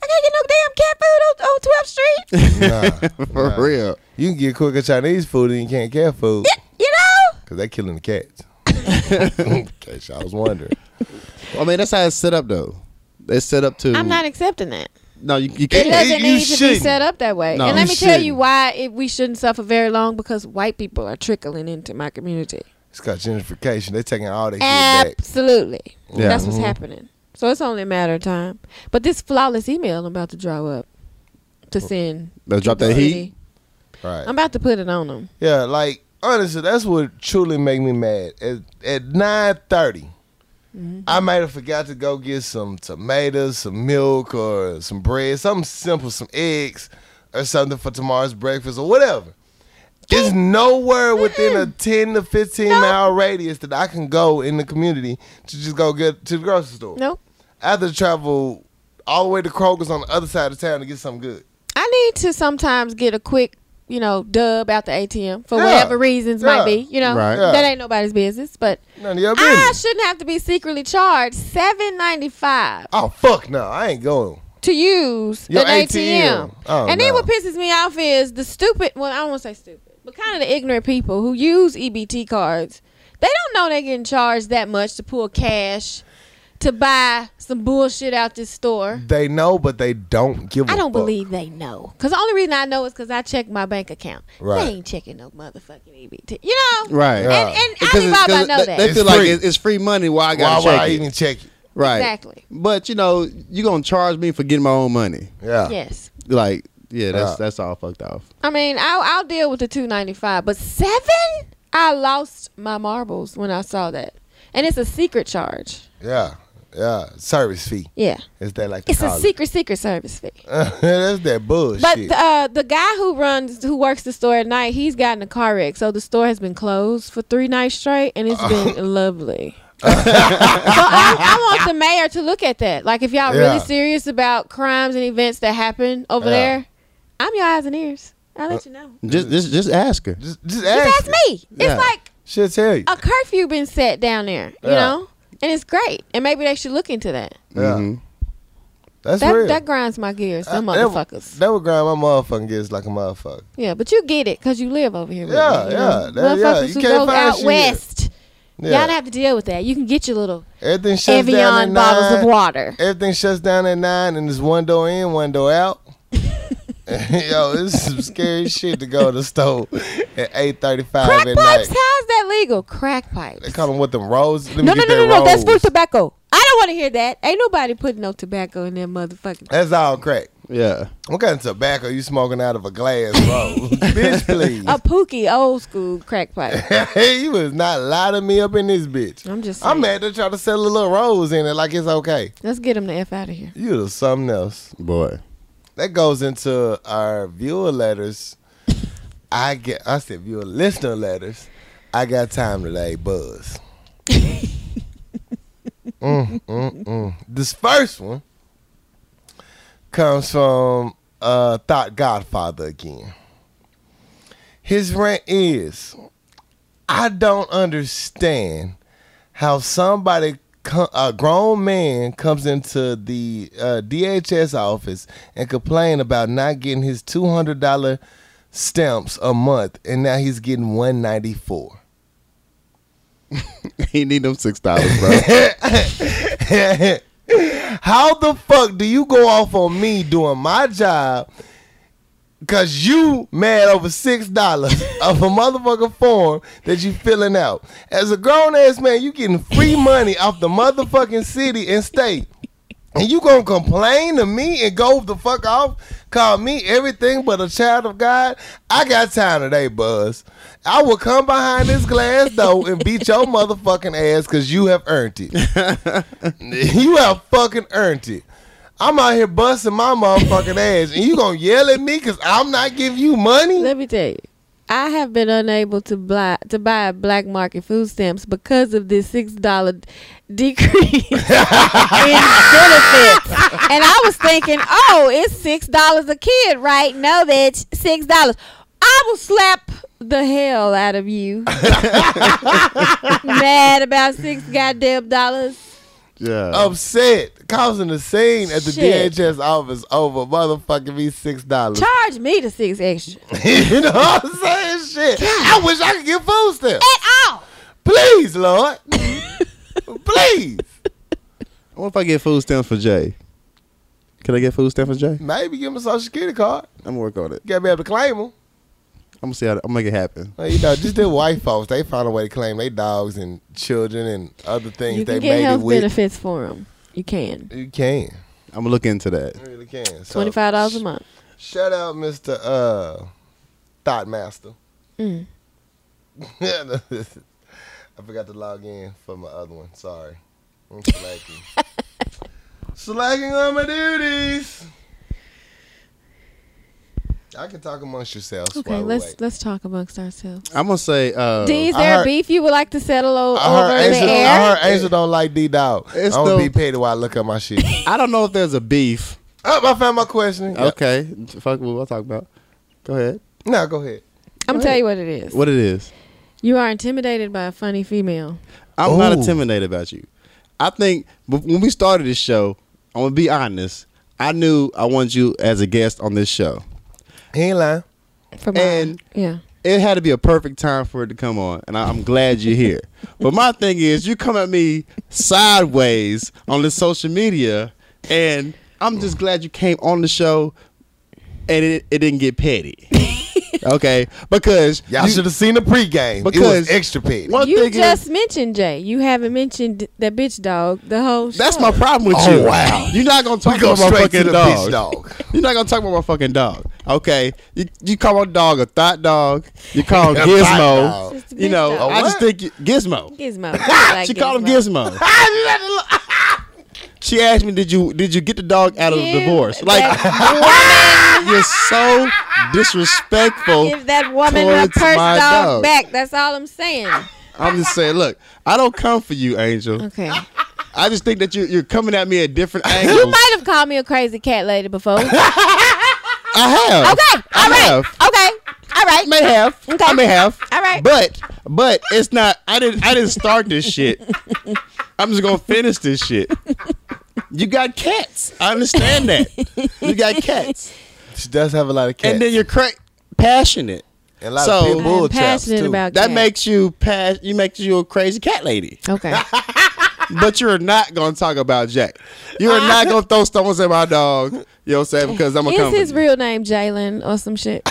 I can't get no damn cat food on, on 12th Street. Nah. For Nah. real. You can get quicker Chinese food than you can cat food You know? because they killing the cats. In case I was wondering. I mean, that's how it's set up, though. It's set up to. I'm not accepting that. No, you, you It can't. doesn't you need to be shouldn't. set up that way. No, and let you me tell you shouldn't. why it, we shouldn't suffer very long because white people are trickling into my community. It's called gentrification. They taking all their shit back. Absolutely. Yeah. Mm-hmm. That's what's Mhm. happening. So it's only a matter of time. But this flawless email I'm about to draw up to send. Let's Oh. drop to that the heat. city. Right. I'm about to put it on them. Yeah, like honestly, that's what truly make me mad. At at nine Mm-hmm. I might have forgot to go get some tomatoes, some milk, or some bread, something simple, some eggs, or something for tomorrow's breakfast or whatever. There's nowhere within Mm-hmm. a ten to fifteen mile radius that I can go in the community to just go get to the grocery store. Nope. I have to travel all the way to Kroger's on the other side of town to get something good. I need to sometimes get a quick, you know, dub out the ATM for Yeah. whatever reasons might be. Yeah. You know, Right. that Yeah. ain't nobody's business. But None of your I business. shouldn't have to be secretly charged seven ninety five oh fuck no, I ain't going. to use Your an ATM. ATM. Oh, and then no. what pisses me off is the stupid. Well, I don't want to say stupid, but kind of the ignorant people who use EBT cards. They don't know they're getting charged that much to pull cash to buy some bullshit out this store. They know, but they don't give. I a don't fuck. believe they know. Because the only reason I know is because I check my bank account. Right. They ain't checking no motherfucking EBT. You know? Right. Yeah. And, and Because it's- Alibaba 'cause know they, that. They It's feel like free. it's, it's free money. Why I Why gotta would check I it? even check it? Right. Exactly. But you know, you gonna charge me for getting my own money. Yeah. Yes. Like, yeah, that's Yeah. that's all fucked off. I mean, I'll, I'll deal with the 295 but seven? I lost my marbles when I saw that. And it's a secret charge. Yeah. Yeah. Service fee. Yeah. Is that like they It's a call it. secret, secret service fee. That's that bullshit. But uh, the guy who runs, who works the store at night, he's gotten a car wreck. So the store has been closed for three nights straight, and it's been lovely. so I, I want the mayor to look at that. Like, if y'all Yeah. really serious about crimes and events that happen over Yeah. there, I'm your eyes and ears. I'll let you know. Just just just ask her. just, just Just ask. ask it. me. Yeah. It's like She'll tell you. a curfew been set down there, you Yeah. know, and it's great. And maybe they should look into that. Yeah. Mhm. That's That, real. that grinds my gears, them I- that- motherfuckers. That would grind my motherfucking gets like a motherfucker. Yeah, but you get it because you live over here. With Yeah, me, you yeah, know? that- yeah, Motherfuckers you who can't go find out shit. west, Yeah. y'all don't have to deal with that. You can get your little Everything shuts down at Evian nine. bottles of water. Everything shuts down at nine, and there's one door in, one door out. Yo, this is some scary shit to go to the store at eight Crack thirty-five at pipes? night. How's that legal? Crack pipes. They call them what them rolls. Let me No, no, get no, that no, no. That's rolls. for tobacco. I don't want to hear that. Ain't nobody putting no tobacco in their motherfucking. That's all crack. Yeah. What kind of tobacco you smoking out of a glass, bro? bitch, please. A pookie, old school crack pipe. hey, you was not lie to me up in this bitch. I'm just. I'm saying. mad they try to sell a little rose in it like it's okay. Let's get them the f out of here. You the something else. Boy. That goes into our viewer letters. I get I said viewer listener letters. I got time today, buzz. Mm, mm, mm. This first one comes from uh Thought Godfather again. His rant is I don't understand how somebody co- a grown man comes into the uh, DHS office and complain about not getting his two hundred dollar stamps a month, and now he's getting one ninety four. he need them six dollars, bro. How the fuck do you go off on me doing my job? Cause you mad over six dollars of a motherfucking form that you filling out. As a grown ass man, you getting free money off the motherfucking city and state. And you gonna complain to me and go the fuck off? Call me everything but a child of God? I got time today, Buzz. I will come behind this glass door and beat your motherfucking ass because you have earned it. you have fucking earned it. I'm out here busting my motherfucking ass, and you gonna yell at me because I'm not giving you money? Let me tell you, I have been unable to buy to buy black market food stamps because of this six dollar decrease in benefits. And I was thinking, oh, it's six dollars a kid, right? No, bitch, six dollars. I will slap the hell out of you. Mad about six goddamn dollars. Yeah. Upset, causing a scene at the Shit. DHS office over motherfucking me six dollars. Charge me the six extra. you know what I'm saying? Shit. I wish I could get food stamps. At all. Please, Lord. Please. what if I get food stamps for Jay? Can I get food stamps for Jay? Maybe give him a social security card. I'm gonna work on it. You gotta be able to claim them. I'm gonna see. How to, I'm gonna make it happen. Well, you know, just the white folks, they find a way to claim their dogs and children and other things You they can get made it health with. benefits for them. You can. You can. I'm gonna look into that. You really can. So, Twenty five dollars a month. Shout out, Mr. Uh, Thought Master. Mm. I forgot to log in for my other one. Sorry. I'm slacking. slacking on my duties. I can talk amongst yourselves. Okay, while we let's wait. let's talk amongst ourselves. I'm gonna say. Uh, D, is I there heard- a beef you would like to settle o- I over heard, the Angel, air? I heard Angel don't like D Dog. I'm It's gonna no- be petty while I look at my shit. I don't know if there's a beef. oh, I found my question. Okay. Okay, fuck what I talk about. Go ahead. No, go ahead. I'm tell you what it is. What it is? You are intimidated by a funny female. I'm not Ooh. intimidated about you. I think but when we started this show, I'm gonna be honest. I knew I wanted you as a guest on this show. He ain't lying. From my- And- yeah, It had to be a perfect time for it to come on, and I, I'm glad you're here. but my thing is, you come at me sideways on the social media, and I'm just glad you came on the show, and it, it didn't get petty. okay, because Y'all you- should have seen the pregame. It Because- was extra petty. One you thing is- just mentioned Jay. You haven't mentioned that bitch dog the whole. That's show. my problem with Oh, you. wow. You're not gonna talk We go about my straight to fucking the dog. bitch dog. You're not gonna talk about my fucking dog. Okay, you, you call my dog a thought dog. You call him Gizmo. dog. It's the You bitch know, dog. A I just what? think you, Gizmo. Gizmo. Like she called him Gizmo. Ah, She asked me, "Did you did you get the dog out of the Give divorce?" that Like you're so disrespectful. Give that woman her towards purse my dog, dog. back. That's all I'm saying. I'm just saying, look, I don't come for you, Angel. Okay. I just think that you, you're coming at me at different You angles. might have called me a crazy cat lady before. okay. All I have. right. I have. Okay. All right. may have. I may have. Oh, All right. But but it's not. I didn't. I didn't start this shit. I'm just gonna finish this shit. You got cats. I understand that. You got cats, She does have a lot of cats. and then you're cra- passionate. And a lot So- of pit bull I'm traps passionate too. about That cats. makes you pass. You makes you a crazy cat lady. Okay. Uh-uh. But you're not gonna talk about Jack. You are not gonna throw stones at my dog. You know what I'm saying? Because I'm a Is company. his real name Jalen or some shit?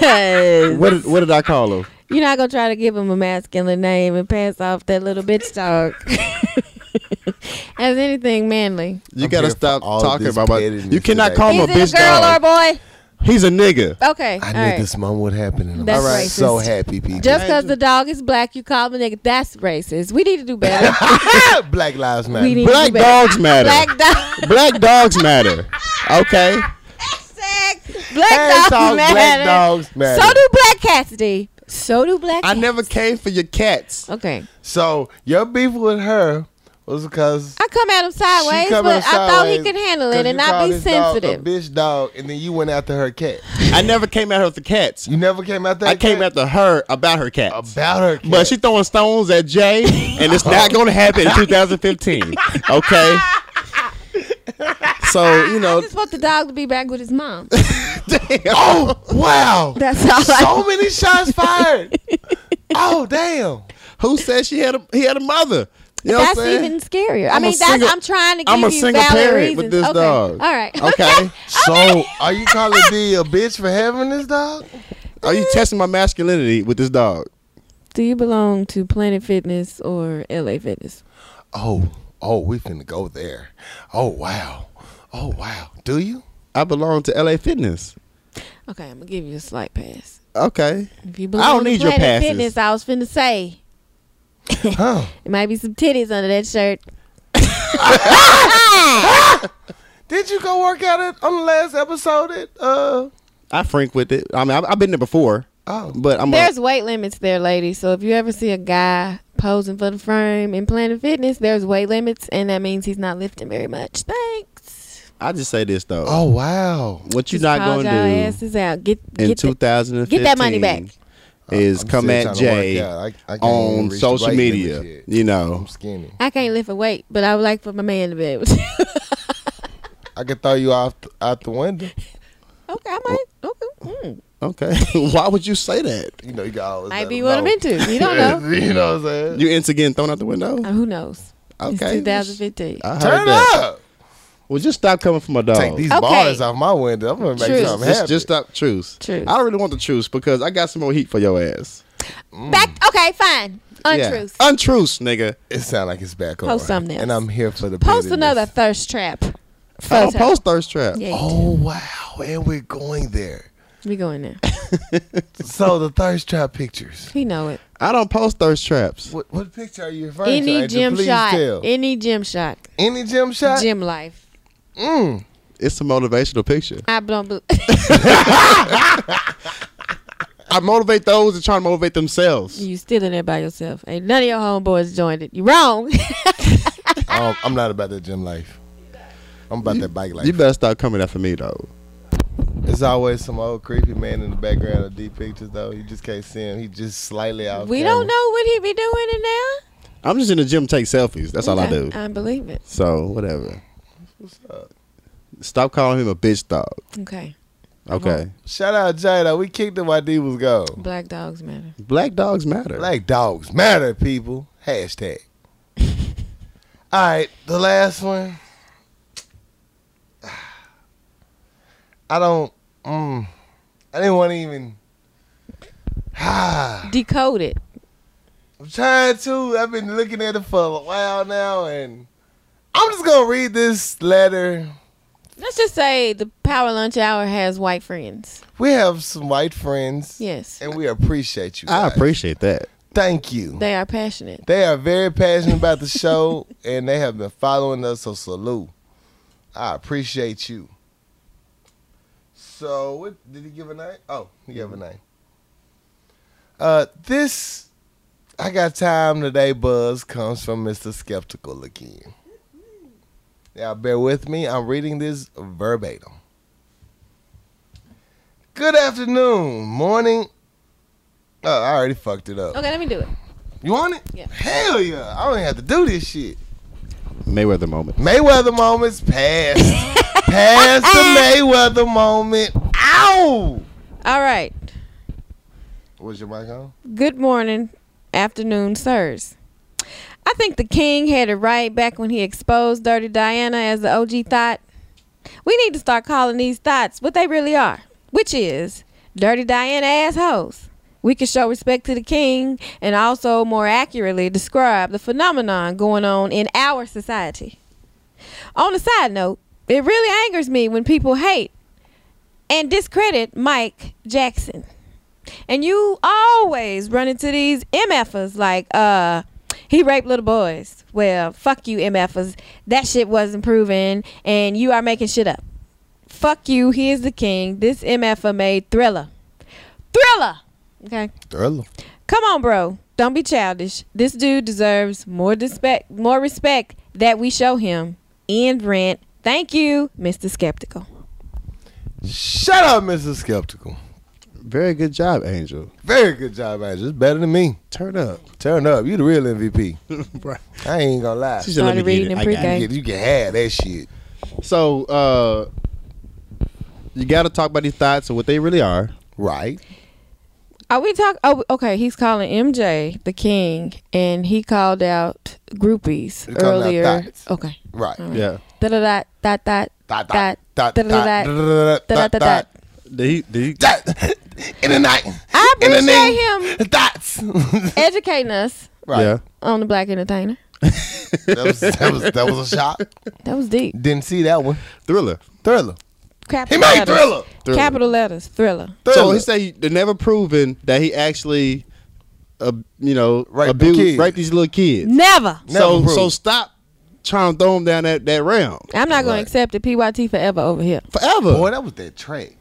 Yes. what did, what did I call him? You're not gonna try to give him a masculine name and pass off that little bitch dog as anything manly. You I'm gotta here for stop all talking this about my. pettiness You cannot today. call him a Is it bitch a girl dog. or a boy? He's a nigga. Okay. I all knew right. this moment would happen, and I'm That's alright, so racist. happy, people. Just because the dog is black, you call him a nigga. That's racist. We need to do better. Black Lives Matter. We need to Black do better. dogs matter. Black dog. Black dogs matter. Okay. Sex. Black Hashtag dogs matter. Black dogs matter. So do black cats, D. So do black. I cats. never came for your cats. Okay. So your beef with her was because I come at him sideways, she coming but I thought he sideways could handle 'cause it and you not called be this dog a sensitive. bitch dog, and then you went after her cat. I never came at her with the cats. You never came after. Her I came cat? after her about her cats. about her cat. But she throwing stones at Jay, and it's not going to happen in 2015. Okay. So you I know, just want the dog to be back with his mom. Oh wow! That's all. so many shots fired. oh damn! who said she had a he had a mother? You know that's what I'm saying? even scarier. i I'm a mean, that's single- I'm trying to give I'm a you single valid parent reasons. with this okay. dog. All right. Okay. So are you calling D a bitch for having this dog? Are you testing my masculinity with this dog? Do you belong to Planet Fitness or LA Fitness? Oh oh, we finna go there. Oh wow! Oh wow! Do you? I belong to LA Fitness. Okay, I'm gonna give you a slight pass. Okay. If you I belong don't to need your Planet passes. Fitness, I was finna say Huh? it might be some titties under that shirt. Did you go work out at on the last episode? At uh I frink with it. I mean, I've, I've been there before, oh, but I'm a, There's weight limits there, ladies. So if you ever see a guy posing for the frame in Planet Fitness, there's weight limits, and that means he's not lifting very much. Thanks. I just say this though. oh wow! What you're Just not called going to y'all do asses out. Get in get the- 2015 get that money back. is Uh, I'm come still at trying to work Jay out. I- I can't even on reach the social weight limit media. yet. You know, I'm skinny. I can't lift a weight, but I would like for my man to be able to. I could throw you off th- out the window. okay, I might. Okay, mm. okay. Why would you say that? You know, you got always might let be 'em what know. I'm into. You don't know. you know what I'm saying? You into getting thrown out the window? Uh, Who knows? Okay, It's 2015. I heard Turn that. up. Well, just stop coming for my dog. Take these Okay. bars off my window. I'm gonna make Truth. something Just, happen. just stop truth. Truth. I really want the truth because I got some more heat for your ass. Back. Okay, fine. Untruth. Yeah. Untruths, nigga. it sound like it's back on. Post something else. And I'm here for the Post bitterness. another thirst trap. I don't Thursday. Oh, post thirst trap. Yeah. Oh wow! And we're going there. We going there. So the thirst trap pictures. We know it. I don't post thirst traps. What what picture are you referring to? Any Angel? gym Please shot. tell. Any gym shot. Any gym shot. Gym life. Mm. It's a motivational picture. I don't believe. I motivate those that try to motivate themselves. you still in there by yourself. Ain't none of your homeboys joined it. You wrong. I don't- Oh, I'm not about that gym life. I'm about that bike life. You better stop coming after me though. There's always some old creepy man in the background of deep pictures though. You just can't see him. He just slightly out. we camera. don't know what he be doing in there. I'm just in the gym take selfies. That's all I do. Uh, I believe it. So whatever. What's up? Stop calling him a bitch dog. Okay. Okay. Shout out Jay though. We kicked him while D was gone. Black dogs matter. Black dogs matter. Black dogs matter, people. Hashtag. All right, the last one. I don't. Mm, I didn't want to even. Ah, Decode it. I'm trying to. I've been looking at it for a while now, and I'm just gonna read this letter. Let's just say the power lunch hour has white friends. We have some white friends, Yes. and we appreciate you. I guys. appreciate that. Thank you. They are passionate. They are very passionate about the show and they have been following us, so salute. I appreciate you. So, what did he give a name? Oh, he gave a name. Uh, this I got time today buzz comes from Mr. Skeptical again. Now, bear with me. I'm reading this verbatim. Good afternoon, morning. Oh, I already fucked it up. Okay, let me do it. You want it? Yeah. Hell yeah. I don't have to do this shit. Mayweather moment. Mayweather moments past. past the Mayweather moment. Ow! All right. Was your mic on? Good morning, afternoon, sirs. I think the king had it right back when he exposed Dirty Diana as the OG thought. We need to start calling these thoughts what they really are, which is Dirty Diana assholes. We can show respect to the king and also more accurately describe the phenomenon going on in our society. On a side note, it really angers me when people hate and discredit Mike Jackson and you always run into these MFers like, uh, he raped little boys. Well, fuck you, MFers. That shit wasn't proven, and you are making shit up. Fuck you. He is the king. This MFer made Thriller. Thriller! Okay. Thriller. Come on, bro. Don't be childish. This dude deserves more respect, more respect that we show him. End rant. Thank you, Mr. Skeptical. Shut up, Mr. Skeptical. Very good job, Angel. Very good job, Angel. It's better than me. Turn up. Turn up. You the real MVP. Bruh. I ain't gonna lie. She said, "Let Started me get reading it. in I got it." pre-K. You can- you can have that shit. So uh you gotta talk about these thoughts and what they really are. Right. Are we talking? Oh, okay. He's calling MJ the king, and he called out groupies He called out earlier. thoughts. okay. Right. Yeah. Da da da da da Da, da, da, da da, da, da, da da da, da. da. Did he, did he, Da- In the night. I In the appreciate him name. Dots. educating us Right. Yeah. on the black entertainer. That was, that was that was a shock. That was deep. Didn't see that one. Thriller. Thriller. He Capital made letters. Thriller. Thriller. Capital letters. Thriller. So Thriller. he say they never proven that he actually, uh, you know, Raped them abused, kids. raped these little kids. Never. Never so proven. so stop trying to throw them down that that realm I'm not gonna Right. accept it. Pyt forever over here. forever. Boy, that was that track.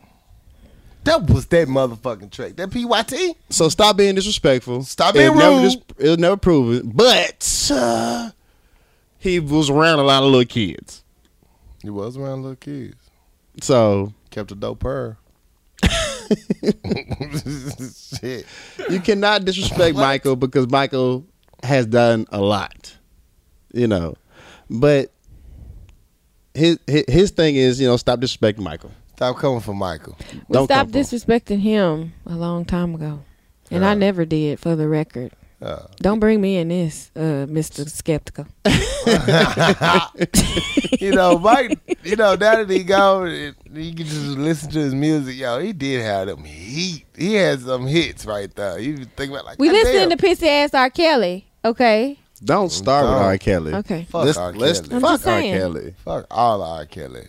That was that motherfucking track. That PYT. So stop being disrespectful. Stop It'll being never rude. it was never proven, but uh, he was around a lot of little kids. He was around little kids. So Kept a dope purr. Shit. you cannot disrespect Michael because Michael has done a lot, you know. But his his, his thing is, you know, stop disrespecting Michael. Stop coming for Michael. We Don't stopped come for him. disrespecting him a long time ago, and I Yeah. never did, for the record. Oh. Don't bring me in this, uh, Mr. Skeptical. you know, Mike, you know, now that he gone, it- you can just listen to his music. Yo, he did have them heat. He had some hits right there. You think about like We God listening damn, to pissy ass R. Kelly. Okay. Don't start with Don't. R. Kelly. Okay. fuck let's R. let's Kelly. I'm fuck just R. saying. Kelly. fuck all R. Kelly.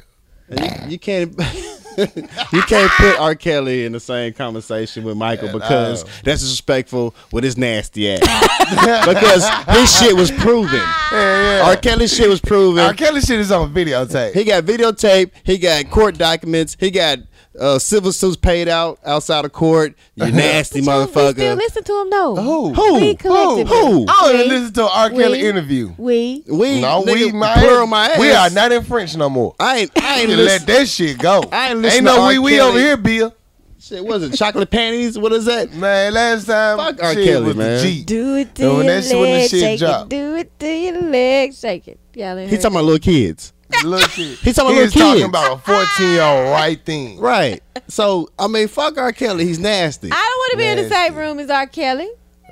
And You, you can't you can't put R. Kelly in the same conversation with Michael Yeah, because no. that's disrespectful with his nasty ass. because his shit was proven. Ah. Yeah, yeah. R. Kelly shit was proven. R. Kelly shit is on videotape. He got videotape. He got court documents. He got uh, civil suits paid out outside of court. You nasty But you- We still motherfucker. listen to him though. Who? Who? We collectively. Who? I don't even We- listen to an R. Kelly we- interview. We. We No, we nigga, my plural my ass. We are not in French no more. I ain't. I You ain't can listen. let that shit go. I ain't listen Ain't to no R. we we Kelly. over here, Bill. Shit, what is it? Chocolate panties? What is that? Man, last time Fuck R. shit Kelly, was man. the G. Do it to And your when that shit- when the leg, shit shake drop. it. Do it to your leg, shake it. Yeah, they He heard talking about little kids. Little shit. He talking about He was little talking kids. about a fourteen year old right thing. Right. So I mean, fuck R. Kelly. He's nasty. it. I don't want to be in the Nasty. same room as R. Kelly,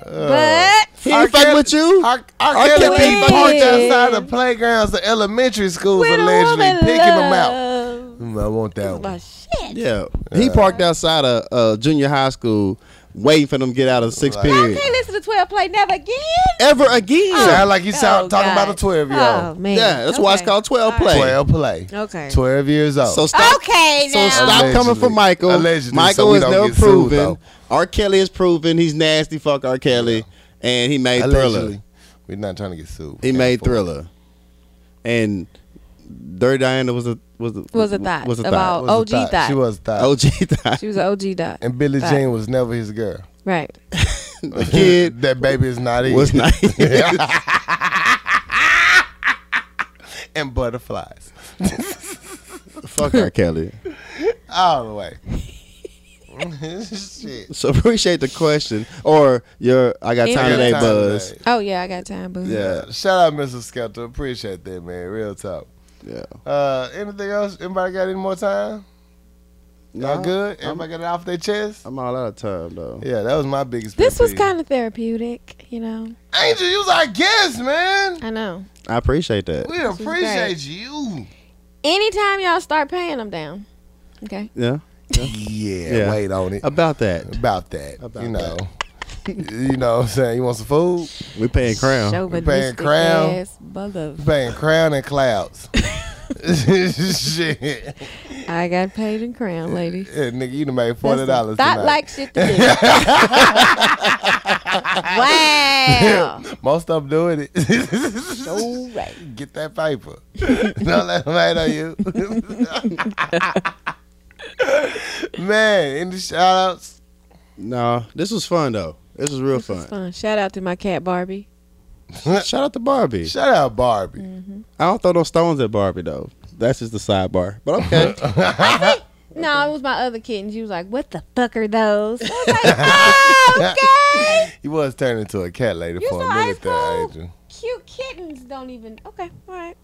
Uh, but he ain't fuck with you. R. R. R. Kelly Kelly be parked wins. outside the playgrounds of elementary schools with a allegedly woman picking them out. love. Mm, I want that My one. shit. yeah. He parked outside of uh, junior high school, waiting for them to get out of sixth Right. Y'all period. can't listen to 12 Play Never Again. Ever again. Sound like you sound Oh, talking about a God. twelve year Oh, old. man. yeah. That's why it's Okay. called twelve All play. Twelve play. Okay. Twelve years old. So stop. okay, So now. stop Allegedly. coming for Michael. Allegedly, Michael so we is don't never get sued, proven. though. R. Kelly is proven. He's nasty. Fuck R. Kelly. And he made Thriller. allegedly, we're not trying to get sued. He made Thriller. And Dirty Diana was a was a, was a thought was a about thought. Was a OG thought. She was a thought. OG thought. She was an OG dot. and Billie thought. Jean was never his girl. Right. the kid that baby is not it. was not. and butterflies Fuck R. Kelly. all the way. Shit. So appreciate the question or your I got Uh, time Yeah. today Time buzz. today. Oh, yeah, I got time, boo. Yeah, Uh, Shout out, Mr. Skepta. Appreciate that, man. Real talk. yeah. Uh, anything else? Anybody got any more time? Y'all Nah, good? I'm, Everybody got it off their chest? I'm all out of time though. Yeah, that was my biggest. This pet was peeve. kind of therapeutic, you know. Angel, you was our guest, man. I know. I appreciate that. We was appreciate you. Anytime y'all start paying them down. Okay. Yeah, Yeah, Yeah. wait on it. about that. About that. About you know. you know what I'm saying? You want some food? We paying crown. Chauvinistic crown. ass mother. Paying crown and clouds. Shit. I got paid in crown, lady. Yeah, nigga, you done made That's forty dollars. some Thought like shit to do. wow. Most of them doing it. All right. Get that paper. Don't let them hate on you. Man, any shout outs? No, this was fun though. This was real This was fun. fun. Shout out to my cat Barbie. Shout out to Barbie. Shout out Barbie. I don't throw no stones at Barbie though. That's just the sidebar. But okay, No, it was my other kitten. She was like, "What the fuck are those?" I was like, "Oh, okay." He was turned into a cat lady You for so a minute there, ice cold. Angel. Cute kittens don't even. Okay, all right.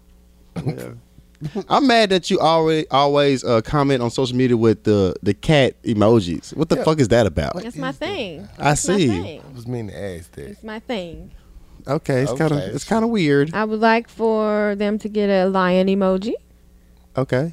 I'm mad that you already always uh, comment on social media with the the cat emojis. What the fuck is that about? That's my thing. I It's my see. I thing. was meaning to ask that. It's my thing. Okay, it's kind of Okay. it's kind of weird. I would like for them to get a lion emoji. Okay,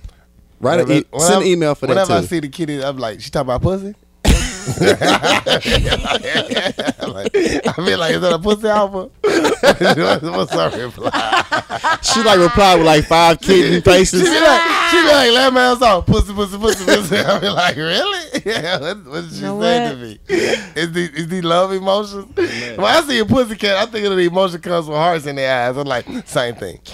write an e- Whenever- send an whenever- email for that Whenever I too. see the kitty, I'm like, she talking about pussy. Like, I feel like is that a pussy alpha? What's her reply? She like replied with like five kitten She be faces. like, she be like, that man song, pussy, pussy, pussy, pussy. I be like, really? Yeah, what, what did she know say to me? Is the is the love emotions? When I see a pussy cat, I think of the emotion comes with hearts in their eyes. I'm like, same thing.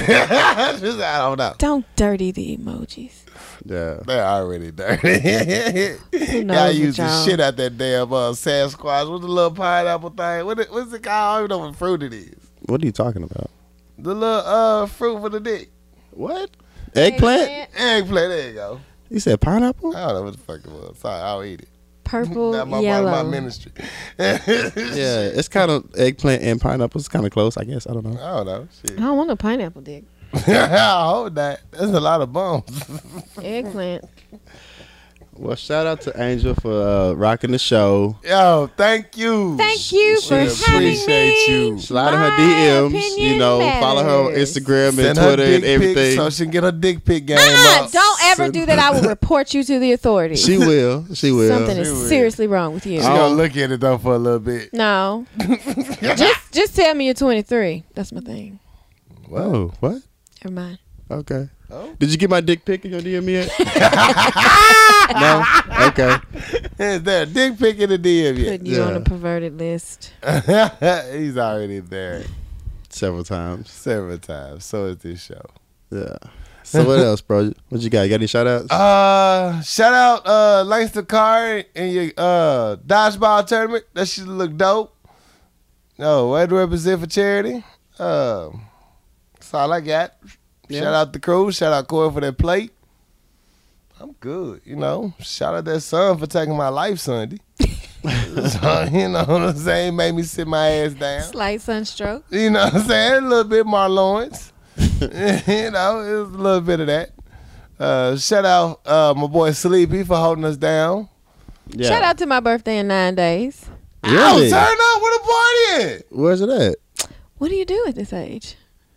Just, I don't know. Don't dirty the emojis. Yeah. They're already dirty. Y'all knows used what the y'all- shit out that damn uh, Sasquatch. What's the little pineapple thing? What it, what's it called? I don't even know what fruit it is. What are you talking about? The little uh, fruit with the dick. What? Eggplant? Eggplant. There you go. You said pineapple? I don't know what the fuck it was. Sorry, I'll eat it. Purple, Not my, part of yellow. my ministry. Yeah, yeah. it's kind of eggplant and pineapple is kind of close, I guess. I don't know. I don't know. Shit. I don't want no pineapple dick. I hope not. That's a lot of bones. Eggplant. Well, shout out to Angel for uh, rocking the show. Yo, thank you. Thank you She for having appreciate me. you. Slide in her My DMs, opinion you know, follow her on matters. Instagram and Send her Twitter dick and pics everything. so she can get her dick pic game Ah, up. don't ever do that. I will report you to the authorities. she will. She will. Something is She will. seriously wrong with you. She gonna look at it though for a little bit. No. just just tell me you're 23. That's my thing. oh, what? Never mind. Okay. Oh. Did you get my dick pic in your DM yet? no. Okay. Is there a dick pic in the DM yet? Putting you on yeah. a perverted list. He's already there Several times. several times. So is this show. Yeah. So what else, bro? What you got? You got any shout outs? Uh, shout out uh Langston Carr in your uh dodgeball tournament. That should look dope. Oh, No, way to represent for charity. Uh, that's all I got. Shout out the crew. Shout out Corey for that plate. I'm good, you know. Shout out that son for taking my life Sunday. so, you know what I'm saying? Made me sit my ass down. Slight sunstroke. You know what I'm saying? A little bit more Lawrence. you know, it was a little bit of that. Uh, shout out uh, my boy Sleepy for holding us down. yeah. Shout out to my birthday in nine days. Really? Oh, turn up with a party. at? Where's it at? What do you do at this age?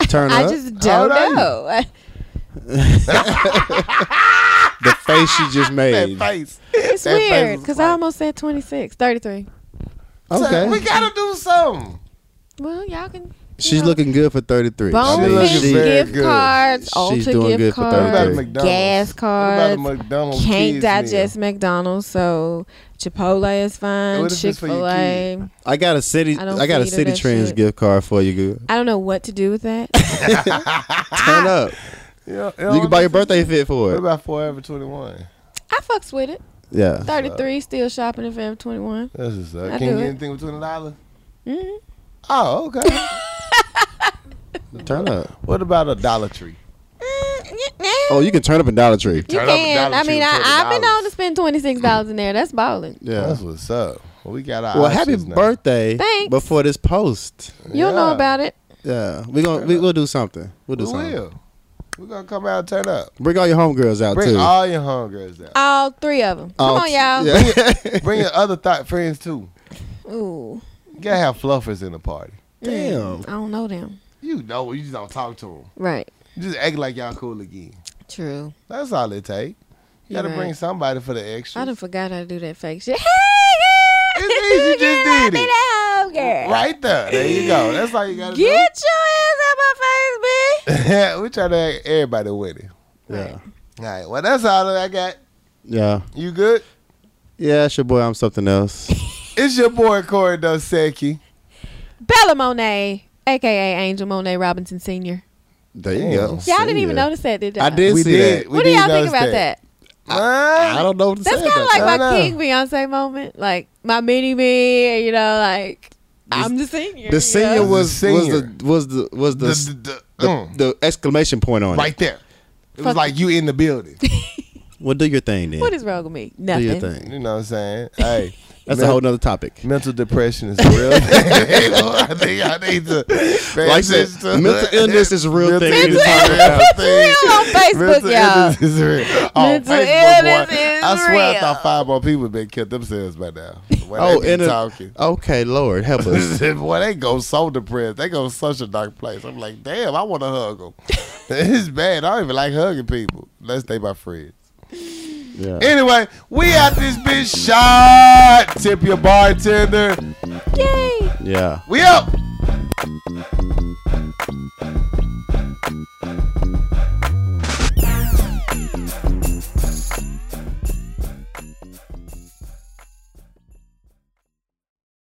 Turn I up. just How don't old are you? know. the face she just That made. face. It's That face weird was because I almost said 26, 33. So we Okay. gotta do something. Well, y'all can. She's know. looking good for 33. Bonefish She looking very gift good. cards, She's Ulta doing good gift for What about a cards, Thursday. McDonald's? gas What cards. about a McDonald's? Can't kids meal? digest McDonald's, so Chipotle is fine. What if Chick it's for Fil your A. I got a city. I I, don't got a feed her city that trends shit. gift card for you. Good. I don't know what to do with that. Ah! Turn up. Yeah, You can buy your birthday fit for What it. about Forever 21? I fucks with it. Yeah. 33, still shopping in Forever 21. That's just uh, I Can you do get it. anything with $20? Mhm. Oh, okay. Turn up. what about a Dollar Tree? Oh, you can turn up in Dollar Tree. Mm-hmm. You Turn up a can. Dollar I Tree mean, with I, I've been $30. known to spend twenty six dollars in there. That's balling. Yeah. That's what's up. Well, we got our Well, happy options now. birthday Thanks. before this post. You don't know Yeah. about it. Yeah, we gonna we, we'll do something. We'll do We something. will. We're gonna come out and turn up. Bring all your homegirls out Bring too. all your homegirls out. All three of them. Come All- on, y'all. Yeah. Bring your other thought friends too. Ooh, You gotta have fluffers in the party. Damn. I don't know them. You know, you just don't talk to them. Right. You just act like y'all cool again. True. That's all it take. You gotta You're right. bring somebody for the extra. I done forgot how to do that fake shit. Hey, girl. It's easy, just Girl, I did be it. the home girl. Right there. There you go. That's all you gotta Get your ass out my face, bitch. do. we try to act everybody winning. Yeah. All right. Well, that's all that I got. Yeah. You good? Yeah, it's your boy. I'm something else. It's your boy Corey Dosecki. Bella Monet, aka Angel Monet Robinson Senior. There Damn. you go. Y'all Y'all didn't See even ya. notice that, did y'all? I did We see did. that. We what do did y'all think notice about that? I don't know what to That's say kind of about like that. I my know. King Beyonce moment, like my mini me. You know, like I'm the senior. the You senior know? was Senior. was the was the The, was the the, the, the, mm, the exclamation point on right there. It was Fuck. like you in the building. it. Well, do your thing then. What is wrong with me? do Nothing. your thing. You know what I'm saying? Hey, That's men- a whole nother topic. mental depression is real. You know, I think I need to pay Like I said, attention to- mental illness is a real uh, Mental thing. illness is a real thing. Real on Facebook, Mental y'all. illness is real. Oh, Mental Facebook, illness boy. is I swear I real. thought five more people have been killed themselves by now. Oh, Boy, oh, they in be a- talking. Okay, Lord, help us. boy, they go so depressed. They go to such a dark place. I'm like, damn, I want to hug them. it's bad. I don't even like hugging people unless they my friends. Yeah. Anyway, we out this bitch shot. Tip your bartender. Yay. yeah. We up.